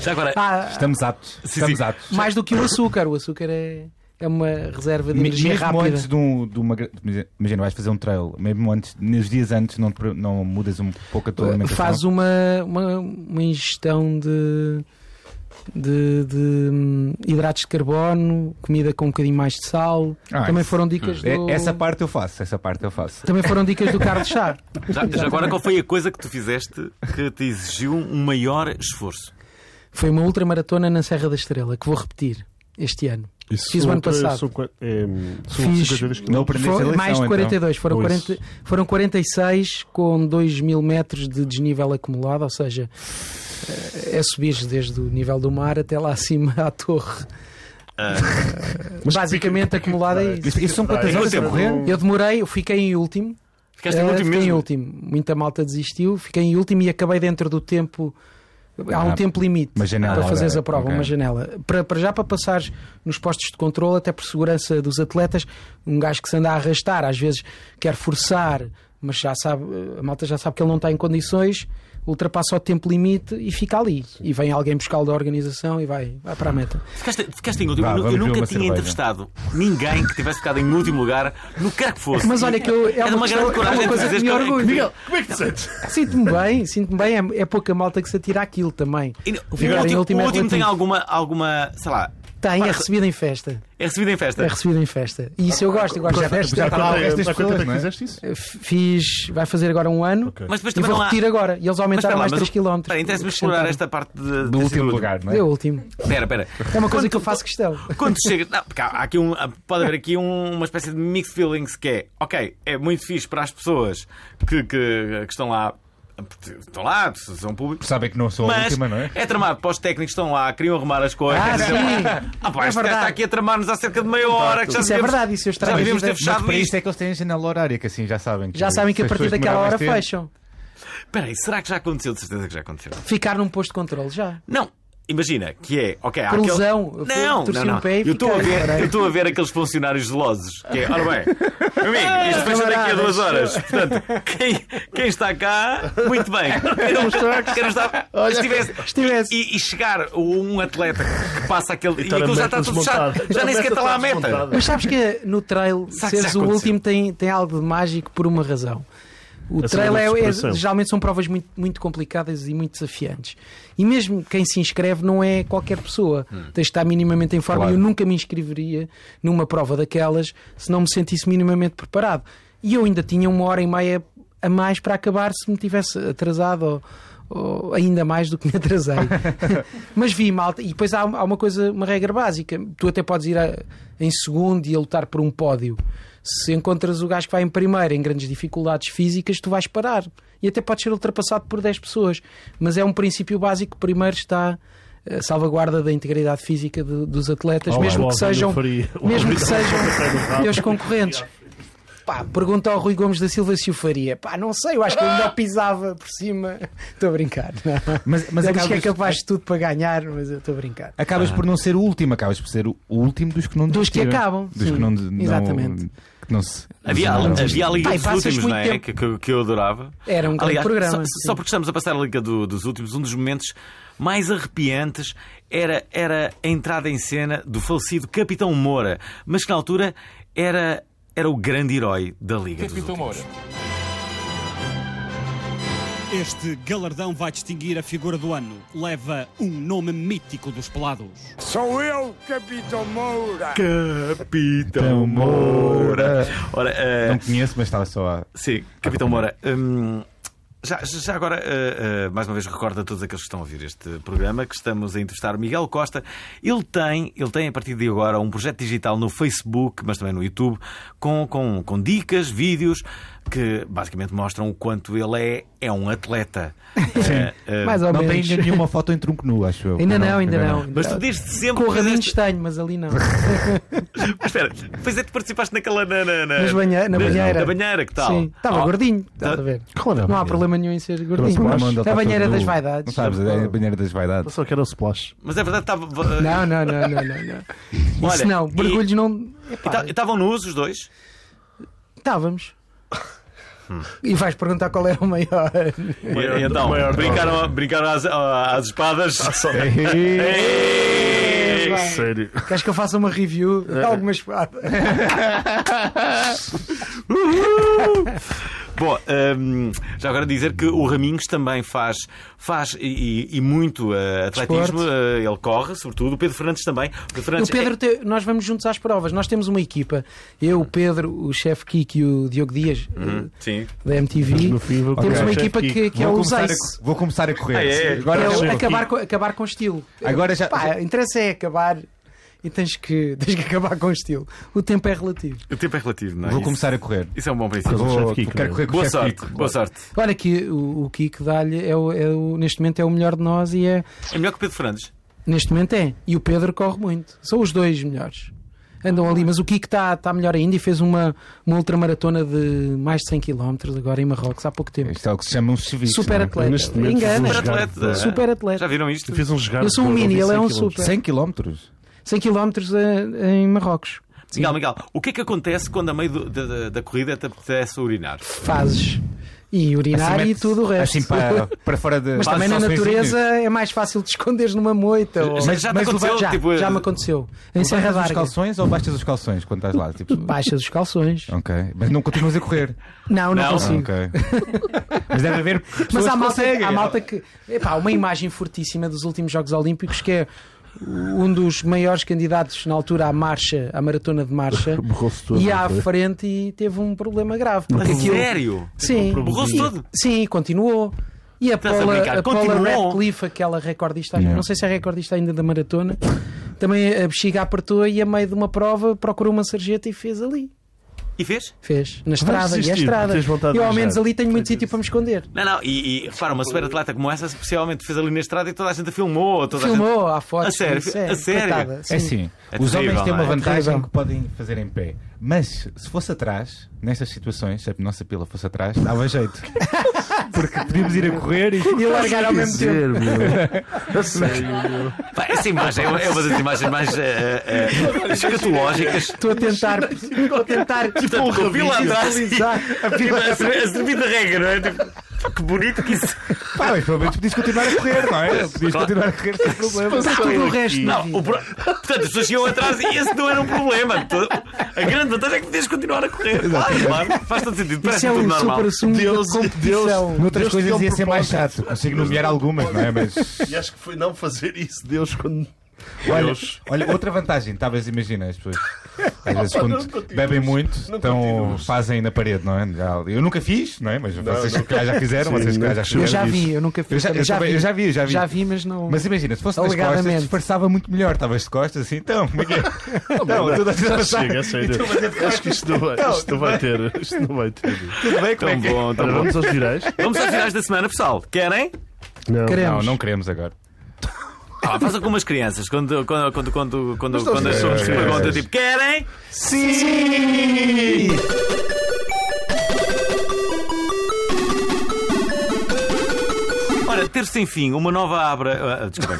Speaker 1: Já agora,
Speaker 5: Ah,
Speaker 2: Estamos aptos. Estamos
Speaker 1: sim.
Speaker 2: aptos.
Speaker 5: mais do que o açúcar. O açúcar é, é uma reserva de
Speaker 2: Me-
Speaker 5: energia
Speaker 2: Mesmo
Speaker 5: rápida.
Speaker 2: antes de, um- de uma. gra- Imagina, vais fazer um trail. Mesmo antes, nos dias antes, não, te pre- não mudas um pouco a tua alimentação.
Speaker 5: Faz uma, uma, uma ingestão de, de, de, hum, hidratos de carbono, comida com um bocadinho mais de sal.
Speaker 2: Ah,
Speaker 5: também
Speaker 2: isso.
Speaker 5: foram dicas
Speaker 2: É,
Speaker 5: um do.
Speaker 2: Essa parte eu faço, essa parte eu faço.
Speaker 5: Também foram dicas do Carlos Chá.
Speaker 1: já, já agora, qual foi a coisa que tu fizeste que te exigiu um maior esforço?
Speaker 5: Foi uma ultramaratona na Serra da Estrela, que vou repetir este ano. Fiz o ano
Speaker 4: outra-
Speaker 5: passado.
Speaker 4: São, qua- é, são
Speaker 5: Fiz-
Speaker 4: 50 vezes que
Speaker 2: Não aprendeste a
Speaker 5: Foi
Speaker 2: lição,
Speaker 5: mais de
Speaker 2: então.
Speaker 5: 42, foram,
Speaker 4: Pois.
Speaker 5: 40, foram 46 com 2 mil metros de desnível acumulado, ou seja, é subir desde o nível do mar até lá acima à torre. Basicamente acumulado é isso.
Speaker 2: Isso, isso são quantas
Speaker 1: Em
Speaker 2: horas a
Speaker 1: quanto
Speaker 2: correr?
Speaker 5: Eu demorei, eu fiquei em último.
Speaker 1: Ficaste em
Speaker 5: Eh,
Speaker 1: último
Speaker 5: fiquei em
Speaker 1: mesmo?
Speaker 5: último. Muita malta desistiu, fiquei em último e acabei dentro do tempo. Há um
Speaker 2: Ah,
Speaker 5: tempo limite
Speaker 2: uma janela,
Speaker 5: para fazeres
Speaker 2: ok.
Speaker 5: a prova, uma janela. Para, para já para passares nos postos de controle, até por segurança dos atletas, um gajo que se anda a arrastar, às vezes quer forçar, mas já sabe, a malta já sabe que ele não está em condições, ultrapassa o tempo limite e fica ali. E vem alguém buscá-lo da organização e vai, vai para a meta.
Speaker 1: Ficaste, ficaste em último.
Speaker 2: Vá,
Speaker 1: Eu nu- eu
Speaker 2: vamos beber
Speaker 1: nunca tinha
Speaker 2: uma cerveja.
Speaker 1: entrevistado ninguém que tivesse ficado em último lugar, no que quer que fosse.
Speaker 5: Mas olha que eu, é,
Speaker 1: É de uma grande
Speaker 5: questão- é
Speaker 1: coragem
Speaker 5: uma coisa
Speaker 1: dizeres
Speaker 5: que me
Speaker 1: que-
Speaker 5: orgulho.
Speaker 1: Miguel,
Speaker 4: Como é que te sentes?
Speaker 5: Sinto-me bem, sinto-me bem. É, é pouca malta que se atira àquilo também.
Speaker 1: E não- o
Speaker 5: Ficar em
Speaker 1: último,
Speaker 5: último
Speaker 1: o
Speaker 5: é
Speaker 1: último tem
Speaker 5: relativo.
Speaker 1: alguma, alguma, sei lá,
Speaker 5: Tem, é recebido em festa.
Speaker 1: é recebido em festa.
Speaker 5: É recebido em festa. E isso eu gosto, eu gosto de festa.
Speaker 2: já
Speaker 4: Há
Speaker 2: está lá o resto das
Speaker 4: quanto tempo
Speaker 2: pessoas,
Speaker 4: é que
Speaker 2: não é?
Speaker 4: fizeste isso?
Speaker 5: Fiz, vai fazer agora um ano
Speaker 4: Ok.
Speaker 1: Mas depois
Speaker 5: e
Speaker 1: também
Speaker 5: vou
Speaker 1: não há...
Speaker 5: repetir agora. E eles aumentaram mais
Speaker 1: mas
Speaker 5: 3
Speaker 1: o-
Speaker 5: km.
Speaker 1: Espera, interessa-me explorar esta parte de, de
Speaker 2: Do
Speaker 1: ser
Speaker 2: último
Speaker 1: último.
Speaker 2: lugar, não
Speaker 5: É o
Speaker 2: é?
Speaker 5: último.
Speaker 1: Espera, espera.
Speaker 5: É uma coisa que eu faço questão.
Speaker 1: Quando chegas. Não, porque há há aqui um, pode haver aqui um- uma espécie de mixed feelings que é, ok, é muito fixe para as pessoas que, que- que estão lá. porque Estão lá, são públicos.
Speaker 2: Sabem que não sou a
Speaker 1: Mas
Speaker 2: última, não é?
Speaker 1: tramado para os técnicos que estão lá, queriam arrumar as coisas.
Speaker 5: Ah,
Speaker 1: Dizem,
Speaker 5: sim.
Speaker 1: Ah, pá,
Speaker 5: É
Speaker 1: este gajo
Speaker 5: verdade.
Speaker 1: está aqui a tramar-nos há cerca de meia hora. Que já
Speaker 5: Isso é
Speaker 1: devíamos-
Speaker 5: verdade, isso eu
Speaker 1: Já
Speaker 5: estrago.
Speaker 1: devíamos ter
Speaker 2: Mas
Speaker 1: fechado
Speaker 2: para isto
Speaker 1: isto.
Speaker 2: é que eles têm a janela horária, que assim já sabem.
Speaker 5: Já sabem que
Speaker 2: se
Speaker 5: a
Speaker 2: as
Speaker 5: partir
Speaker 2: pessoas
Speaker 5: daquela
Speaker 2: demoraram
Speaker 5: hora
Speaker 2: mais tempo-
Speaker 5: fecham.
Speaker 1: Espera aí, será que já aconteceu? De certeza que já aconteceu.
Speaker 5: Ficar num posto de controle já.
Speaker 1: Não. Imagina que é, ok, há
Speaker 5: Por
Speaker 1: aquele...
Speaker 5: lesão, eu fui-
Speaker 1: Não,
Speaker 5: torci
Speaker 1: não,
Speaker 5: um
Speaker 1: não.
Speaker 5: pé e
Speaker 1: eu estou a
Speaker 5: fiquei,
Speaker 1: ver,
Speaker 5: parei.
Speaker 1: eu estou a ver aqueles funcionários zelosos que é, ora bem, amigo, isto fecha daqui a duas horas. Portanto, quem, quem está cá, muito bem. Quem não está, quem não está, estivesse,
Speaker 5: estivesse.
Speaker 1: E, e chegar um atleta que passa aquele e,
Speaker 4: está na
Speaker 1: aquilo já
Speaker 4: meta
Speaker 1: está tudo fechado,
Speaker 4: desmontada.
Speaker 1: já nem
Speaker 4: A
Speaker 1: sequer
Speaker 4: meta
Speaker 1: está lá a
Speaker 4: está
Speaker 1: meta.
Speaker 4: desmontada.
Speaker 5: Mas sabes que no trail,
Speaker 1: Sabe que
Speaker 5: seres
Speaker 1: já
Speaker 5: o
Speaker 1: aconteceu.
Speaker 5: último tem, tem algo de mágico por uma razão. O
Speaker 4: A cena
Speaker 5: trail
Speaker 4: da
Speaker 5: é, é-
Speaker 4: superação.
Speaker 5: geralmente são provas muito, muito complicadas e muito desafiantes. E mesmo quem se inscreve não é qualquer pessoa. Tens de estar minimamente em forma.
Speaker 2: Claro.
Speaker 5: Eu nunca me inscreveria numa prova daquelas se não me sentisse minimamente preparado. E eu ainda tinha uma hora e meia a mais para acabar se me tivesse atrasado ou, ou ainda mais do que me atrasei. Mas vi malta. E depois há, há uma coisa, uma regra básica. Tu até podes ir a- em segundo e a lutar por um pódio. Se encontras o gajo que vai em primeiro em grandes dificuldades físicas, tu vais parar. E até podes ser ultrapassado por 10 pessoas. Mas é um princípio básico que primeiro está a salvaguarda da integridade física de- dos atletas,
Speaker 4: Olá,
Speaker 5: mesmo
Speaker 4: o
Speaker 5: que
Speaker 4: Alvin não
Speaker 5: sejam,
Speaker 4: faria- o
Speaker 5: mesmo
Speaker 4: Alvin
Speaker 5: que
Speaker 4: não
Speaker 5: sejam
Speaker 4: faria.
Speaker 5: teus concorrentes. Pá, pergunta ao Rui Gomes da Silva se o faria. Pá, não sei, eu acho que ele melhor pisava por cima. Estou a brincar. Não.
Speaker 2: Mas, mas
Speaker 5: Ele diz
Speaker 2: acabas,
Speaker 5: que é capaz de tudo para ganhar, mas eu estou a brincar.
Speaker 2: acabas por não ser o último, acabas por ser o último dos que não
Speaker 5: Dos que
Speaker 2: desistiram.
Speaker 5: acabam,
Speaker 2: Dos
Speaker 5: sim.
Speaker 2: que não, não-
Speaker 5: Exatamente.
Speaker 2: que não se-
Speaker 1: Havia, havia a Liga
Speaker 5: Pai,
Speaker 1: dos
Speaker 5: passas
Speaker 1: Últimos,
Speaker 5: muito
Speaker 1: não é?
Speaker 5: tempo.
Speaker 1: Que, que- que eu adorava.
Speaker 5: Era um grande programa,
Speaker 1: Só,
Speaker 5: sim.
Speaker 1: só porque estamos a passar a Liga do- dos Últimos, um dos momentos mais arrepiantes era, era a entrada em cena do falecido Capitão Moura, mas que na altura era, era o grande herói da Liga dos Últimos.
Speaker 9: Este galardão vai distinguir a figura do ano. Leva um nome mítico dos pelados.
Speaker 8: Sou eu, Capitão Moura.
Speaker 1: Capitão Moura! Ora, eh,
Speaker 2: Não conheço, mas estava só a.
Speaker 1: sim, Capitão Moura. hum, Já, já agora, eh, eh, mais uma vez, recordo a todos aqueles que estão a ouvir este programa que estamos a entrevistar o Miguel Costa. Ele tem, ele tem, a partir de agora, um projeto digital no Facebook, mas também no YouTube, com, com, com dicas, vídeos, que basicamente mostram o quanto ele é, é um atleta. Eh, eh,
Speaker 5: Mais ou
Speaker 2: Não tem
Speaker 5: menos.
Speaker 2: ainda nenhuma foto em trunco nu, acho eu.
Speaker 5: Ainda não, ainda não.
Speaker 1: mas tu desde sempre.
Speaker 5: Com raminhos
Speaker 1: fizeste-
Speaker 5: tenho, mas ali não.
Speaker 1: Mas espera, pois é, tu participaste naquela. Na, na, na,
Speaker 5: Nas banhe- na
Speaker 1: na-
Speaker 5: banheira.
Speaker 1: Na banheira, que tal?
Speaker 5: Sim, estava
Speaker 1: Oh,
Speaker 5: gordinho, estás
Speaker 1: tá-
Speaker 5: a ver?
Speaker 4: Claro.
Speaker 5: Não há problema nenhum em ser
Speaker 4: Mas
Speaker 5: gordinho.
Speaker 4: por
Speaker 2: Manda
Speaker 5: É a
Speaker 2: foto
Speaker 5: banheira
Speaker 2: nu.
Speaker 5: das
Speaker 2: Não
Speaker 5: vaidades.
Speaker 2: sabes, é a banheira das vaidades.
Speaker 4: Só que era o splash.
Speaker 1: Mas é verdade, estava.
Speaker 5: Não, não, não, não, não. não.
Speaker 1: Olha,
Speaker 5: Isso não,
Speaker 1: e-
Speaker 5: mergulhos não.
Speaker 1: e ta-
Speaker 5: Epá,
Speaker 1: e Estavam nus os dois?
Speaker 5: Estávamos.
Speaker 1: Hum.
Speaker 5: E vais perguntar qual era o maior.
Speaker 1: E então,
Speaker 4: maior
Speaker 1: brincaram, brincaram às, às espadas. Ei!
Speaker 4: É. Sério.
Speaker 5: Queres que eu faça uma review de
Speaker 1: É.
Speaker 5: algumas espadas?
Speaker 1: Bom, hum, já agora dizer que o Raminhos também faz, faz e, e- e muito eh, atletismo.
Speaker 5: Desporto.
Speaker 1: eh, ele corre, sobretudo. O Pedro Fernandes também. O Pedro
Speaker 5: O
Speaker 1: Fernandes é-
Speaker 5: Pedro, te- nós vamos juntos às provas. Nós temos uma equipa. Eu, o Pedro, o chefe Kiko e o Diogo Dias eh,
Speaker 1: é- Sim.
Speaker 5: da MTV.
Speaker 4: No fim, vou um
Speaker 5: Temos
Speaker 4: colocar
Speaker 5: uma
Speaker 4: o
Speaker 5: equipa
Speaker 4: chefe
Speaker 5: que, que é
Speaker 2: Vou
Speaker 5: o
Speaker 2: começar
Speaker 5: Zeiss.
Speaker 2: a- Vou começar a correr.
Speaker 1: Ah, é?
Speaker 5: Que
Speaker 2: Agora
Speaker 5: é o-
Speaker 2: já-
Speaker 5: acabar, com, acabar com estilo.
Speaker 2: Agora já-
Speaker 5: Pá, interessa é acabar e tens que, tens que acabar com estilo. O tempo é relativo.
Speaker 1: O tempo é relativo, não é?
Speaker 2: Vou
Speaker 1: Isso-
Speaker 2: começar a correr.
Speaker 1: Isso é um bom princípio.
Speaker 4: Coisa-
Speaker 2: Vou,
Speaker 4: chefe Kiko,
Speaker 2: quero
Speaker 4: não é?
Speaker 2: correr com
Speaker 1: Boa
Speaker 2: o chefe
Speaker 1: sorte,
Speaker 2: Kiko.
Speaker 1: boa sorte.
Speaker 5: Olha que o, o Kiko dá-lhe, é o- é o- neste momento é o melhor de nós e é.
Speaker 1: É melhor que o Pedro Fernandes.
Speaker 5: Neste momento é. E o Pedro corre muito. São os dois melhores. Andam ali, mas o Kiko está tá melhor ainda e fez uma, uma ultramaratona de mais de 100 km agora em Marrocos há pouco tempo.
Speaker 2: Isto é o que se chama um serviço.
Speaker 5: Super
Speaker 2: não é?
Speaker 5: atleta.
Speaker 4: Neste momento
Speaker 5: Engana.
Speaker 4: fiz um
Speaker 1: Super
Speaker 4: jogar-
Speaker 1: atleta.
Speaker 5: Super atleta.
Speaker 1: Já viram isto?
Speaker 4: Fiz um jogar
Speaker 5: Eu sou
Speaker 4: de-
Speaker 5: um mini, ele é um
Speaker 4: 100 km.
Speaker 5: super.
Speaker 2: 100 quilómetros
Speaker 5: 100 km a- eh, em Marrocos.
Speaker 1: Miguel, Miguel, o que é que acontece quando a meio do- da, da- da corrida te apetece urinar?
Speaker 5: Fazes. E urinar e
Speaker 2: mete-
Speaker 5: tudo o resto.
Speaker 2: Assim para, para fora de.
Speaker 5: Mas também na
Speaker 2: Só
Speaker 5: natureza
Speaker 2: sozinho.
Speaker 5: é mais fácil te esconderes numa moita. Ou...
Speaker 1: Mas já te aconteceu,
Speaker 5: levar- já,
Speaker 1: tipo,
Speaker 5: já me aconteceu. Em Serra
Speaker 2: Levantas os
Speaker 5: d'Arga.
Speaker 2: calções ou baixas os calções quando estás lá? Tipo,
Speaker 5: Baixas os calções.
Speaker 2: ok. Mas não continuas a correr. Ah,
Speaker 5: Não, não,
Speaker 1: Não?
Speaker 5: consigo.
Speaker 2: Ok. Mas deve haver.
Speaker 5: Mas
Speaker 2: pessoas
Speaker 5: há
Speaker 2: que
Speaker 5: malta,
Speaker 2: conseguem.
Speaker 5: há malta que. Epá, há uma imagem fortíssima dos últimos Jogos Olímpicos que é um dos maiores candidatos na altura à marcha, à maratona de marcha.
Speaker 4: Borrou-se todo,
Speaker 5: E à
Speaker 4: não foi?
Speaker 5: frente e teve um problema grave.
Speaker 1: Mas é
Speaker 5: porque aquilo-
Speaker 1: sério?
Speaker 5: Sim.
Speaker 1: Borrou-se
Speaker 5: E-
Speaker 1: todo?
Speaker 5: Sim, continuou. E a
Speaker 1: Estás a
Speaker 5: Paula,
Speaker 1: brincar?
Speaker 5: a Paula
Speaker 1: Continuou?
Speaker 5: Radcliffe, aquela recordista,
Speaker 2: Não.
Speaker 5: não sei se é recordista ainda da maratona, também a bexiga apertou e a meio de uma prova procurou uma sarjeta e fez ali.
Speaker 1: E fez?
Speaker 5: Fez. Na estrada. E
Speaker 4: desistir,
Speaker 5: a estrada.
Speaker 4: tens vontade de
Speaker 5: Eu ao menos
Speaker 4: mijar.
Speaker 5: ali tenho muito sítio para me esconder.
Speaker 1: Não, não, e, e repara, uma super atleta como essa, especialmente fez ali na estrada e toda a gente a filmou. Toda A
Speaker 5: Filmou, há
Speaker 1: A
Speaker 5: fotos.
Speaker 1: sério?
Speaker 5: isso
Speaker 1: A sério?
Speaker 5: coitada,
Speaker 2: É assim,
Speaker 1: É
Speaker 2: os
Speaker 1: terrível,
Speaker 2: homens têm
Speaker 1: não
Speaker 2: uma
Speaker 1: é?
Speaker 2: vantagem
Speaker 5: Terrível.
Speaker 2: que podem fazer em pé. Mas se fosse atrás, nestas situações, se a nossa pila fosse atrás, dava jeito. Porque podíamos ir a correr e.
Speaker 5: E largar ao mesmo tempo.
Speaker 4: Zero, meu. A sério, meu.
Speaker 1: gente... Pá, essa imagem é uma é uma das imagens mais eh, eh, escatológicas.
Speaker 5: Estou a tentar. Estou a tentar.
Speaker 1: Tipo, um rabinho atrás e
Speaker 5: visualizar.
Speaker 1: a pila a ser- a servir de regra, não é? Tipo, pá, que bonito que isso.
Speaker 2: Pá, mas pelo menos podias continuar a correr, não é? Podias
Speaker 1: Claro.
Speaker 2: continuar a correr sem problema.
Speaker 5: Está tudo o resto. na
Speaker 1: Não,
Speaker 5: vida.
Speaker 1: o pro- portanto, as pessoas iam atrás e esse não era um problema. Todo- A grande vantagem é que podias continuar a correr. Claro, claro. Faz todo sentido.
Speaker 5: Isso
Speaker 1: Parece
Speaker 5: é
Speaker 1: tudo
Speaker 5: um
Speaker 1: normal.
Speaker 5: super assunto da
Speaker 4: Deus,
Speaker 5: competição.
Speaker 2: Noutras
Speaker 4: Deus
Speaker 2: coisas
Speaker 4: deu um
Speaker 2: ia ser mais
Speaker 4: propósito.
Speaker 2: chato. Consigo nomear algumas, não é? Mas.
Speaker 4: E acho que foi não fazer isso, Deus, quando.
Speaker 2: Olha,
Speaker 4: Deus.
Speaker 2: olha, outra vantagem, talvez imagina as pessoas. Às vezes
Speaker 4: não
Speaker 2: quando
Speaker 4: continuas.
Speaker 2: bebem muito,
Speaker 4: Não
Speaker 2: então
Speaker 4: continuas.
Speaker 2: fazem na parede, não é? Já- Eu nunca fiz, não é? Mas vocês
Speaker 4: não.
Speaker 2: se calhar já fizeram,
Speaker 4: Sim,
Speaker 2: vocês se calhar já
Speaker 4: não.
Speaker 5: Eu
Speaker 2: fizeram.
Speaker 5: já
Speaker 4: isso.
Speaker 5: vi, eu nunca
Speaker 2: Eu
Speaker 5: fiz.
Speaker 2: já, eu
Speaker 5: também.
Speaker 2: também- eu já vi, já vi.
Speaker 5: Já vi, mas não.
Speaker 2: Mas imagina, se fosse nas costas,
Speaker 5: Alegadamente.
Speaker 2: disfarçava muito melhor. Talvez de costas, assim, então, como é que é? Não, tudo a
Speaker 4: Já
Speaker 2: disfarçar.
Speaker 4: chega, a sério. Acho que isto não vai, isto não é Então, vai Tá ter. Isto não vai ter.
Speaker 2: Tudo bem, como é
Speaker 1: Tão
Speaker 2: que é?
Speaker 1: bom, tão
Speaker 4: Ora,
Speaker 1: bom.
Speaker 4: vamos aos virais?
Speaker 1: Vamos aos finais da semana, pessoal. Querem?
Speaker 4: Não.
Speaker 2: Não,
Speaker 5: Queremos.
Speaker 2: não queremos agora.
Speaker 1: Ah, façam como as crianças, quando, quando, quando, quando, quando, quando as pessoas se
Speaker 2: crianças.
Speaker 1: perguntam, tipo, querem? Sim! Ora, ter sem fim, uma nova abra. Ah, desculpem.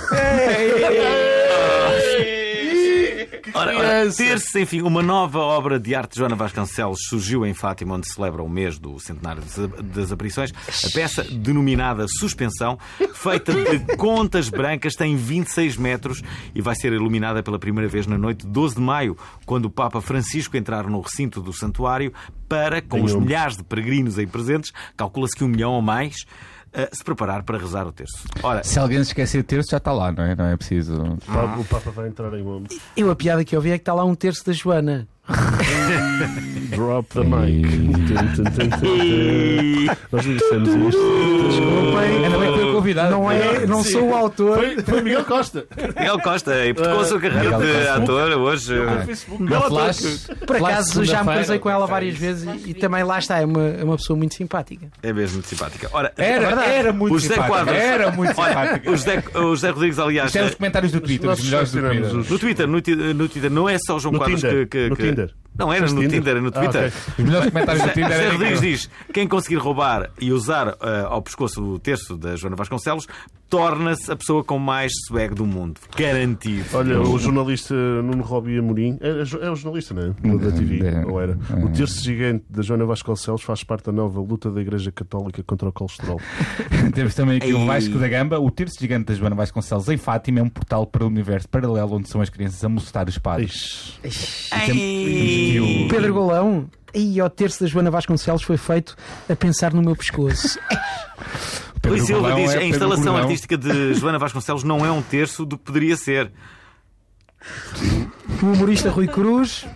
Speaker 1: Ora, ora, ter-se, sem fim, uma nova obra de arte de Joana Vasconcelos surgiu em Fátima, onde celebra o mês do centenário das- das aparições. A peça, denominada Suspensão, feita de contas brancas, tem 26 metros e vai ser iluminada pela primeira vez na noite de 12 de maio, quando o Papa Francisco entrar no recinto do santuário para, com os milhares de peregrinos aí presentes, calcula-se que um milhão ou mais, eh, se preparar para rezar o terço. Ora,
Speaker 2: Se alguém se esquecer de terço, já está lá, não é? Não é preciso.
Speaker 4: O Papa- O Papa vai entrar em homem.
Speaker 5: Eu a piada que eu vi é que está lá um terço da Joana.
Speaker 4: Drop the mic. Tum, tum, tum, tum, tum. Nós não dissemos isto.
Speaker 2: Ainda bem que foi convidado.
Speaker 5: Não, é, não sou o autor.
Speaker 4: Foi, foi Miguel Costa.
Speaker 1: Miguel Costa, hipotecou a sua carreira
Speaker 2: Eh, Miguel
Speaker 1: de
Speaker 2: Costa. Ah.
Speaker 1: ator hoje.
Speaker 4: Facebook.
Speaker 2: Na
Speaker 4: Ela
Speaker 2: Flash.
Speaker 5: Por acaso já me cruzei com ela várias
Speaker 2: vezes.
Speaker 5: vezes e, e também lá está, é uma, é uma pessoa muito simpática.
Speaker 1: É mesmo muito simpática. Ora,
Speaker 2: Era, era muito
Speaker 1: O José
Speaker 2: simpática.
Speaker 1: Quadros.
Speaker 2: Era muito
Speaker 1: Olha,
Speaker 2: simpática.
Speaker 1: o José, o José Rodrigues, aliás, eh,
Speaker 2: Isto é um era os comentários do Twitter, os melhores
Speaker 4: nós
Speaker 2: do
Speaker 4: tiramos
Speaker 2: Twitter.
Speaker 4: os-
Speaker 1: no Twitter, no, Ti- no Twitter, não é só o João
Speaker 4: No
Speaker 1: Quadros
Speaker 4: Tinder,
Speaker 1: que, que-
Speaker 4: no
Speaker 1: que-
Speaker 4: Tinder.
Speaker 1: Não, era no
Speaker 4: Tinder?
Speaker 1: Tinder, no
Speaker 4: Ah,
Speaker 1: Twitter.
Speaker 4: ok.
Speaker 2: Os melhores comentários do Twitter é
Speaker 1: José
Speaker 2: eram
Speaker 1: Rodrigues
Speaker 2: incríveis.
Speaker 1: diz: quem conseguir roubar e usar eh, ao pescoço o terço da Joana Vasconcelos torna-se a pessoa com mais swag do mundo. Garantido.
Speaker 4: Olha, o jornalista Nuno Robi Amorim é, é jo- é o jornalista, não é? Do- Da TV,
Speaker 2: É.
Speaker 4: ou era? O terço gigante da Joana Vasconcelos faz parte da nova luta da Igreja Católica contra o colesterol.
Speaker 2: Temos também aqui
Speaker 1: Ei.
Speaker 2: o Vasco da Gamba. O terço gigante da Joana Vasconcelos em Fátima é um portal para o universo paralelo onde são as crianças a moçotar os padres.
Speaker 4: Ixi.
Speaker 1: Ei.
Speaker 5: Pedro Golão, e ao terço da Joana Vasconcelos foi feito a pensar no meu pescoço.
Speaker 1: Rui
Speaker 2: Pedro
Speaker 1: Silva
Speaker 2: Gordão
Speaker 1: diz:
Speaker 2: é
Speaker 1: a
Speaker 2: Pedro
Speaker 1: instalação
Speaker 2: Gordão."
Speaker 1: artística de Joana Vasconcelos não é um terço do que poderia ser.
Speaker 5: O humorista Rui Cruz.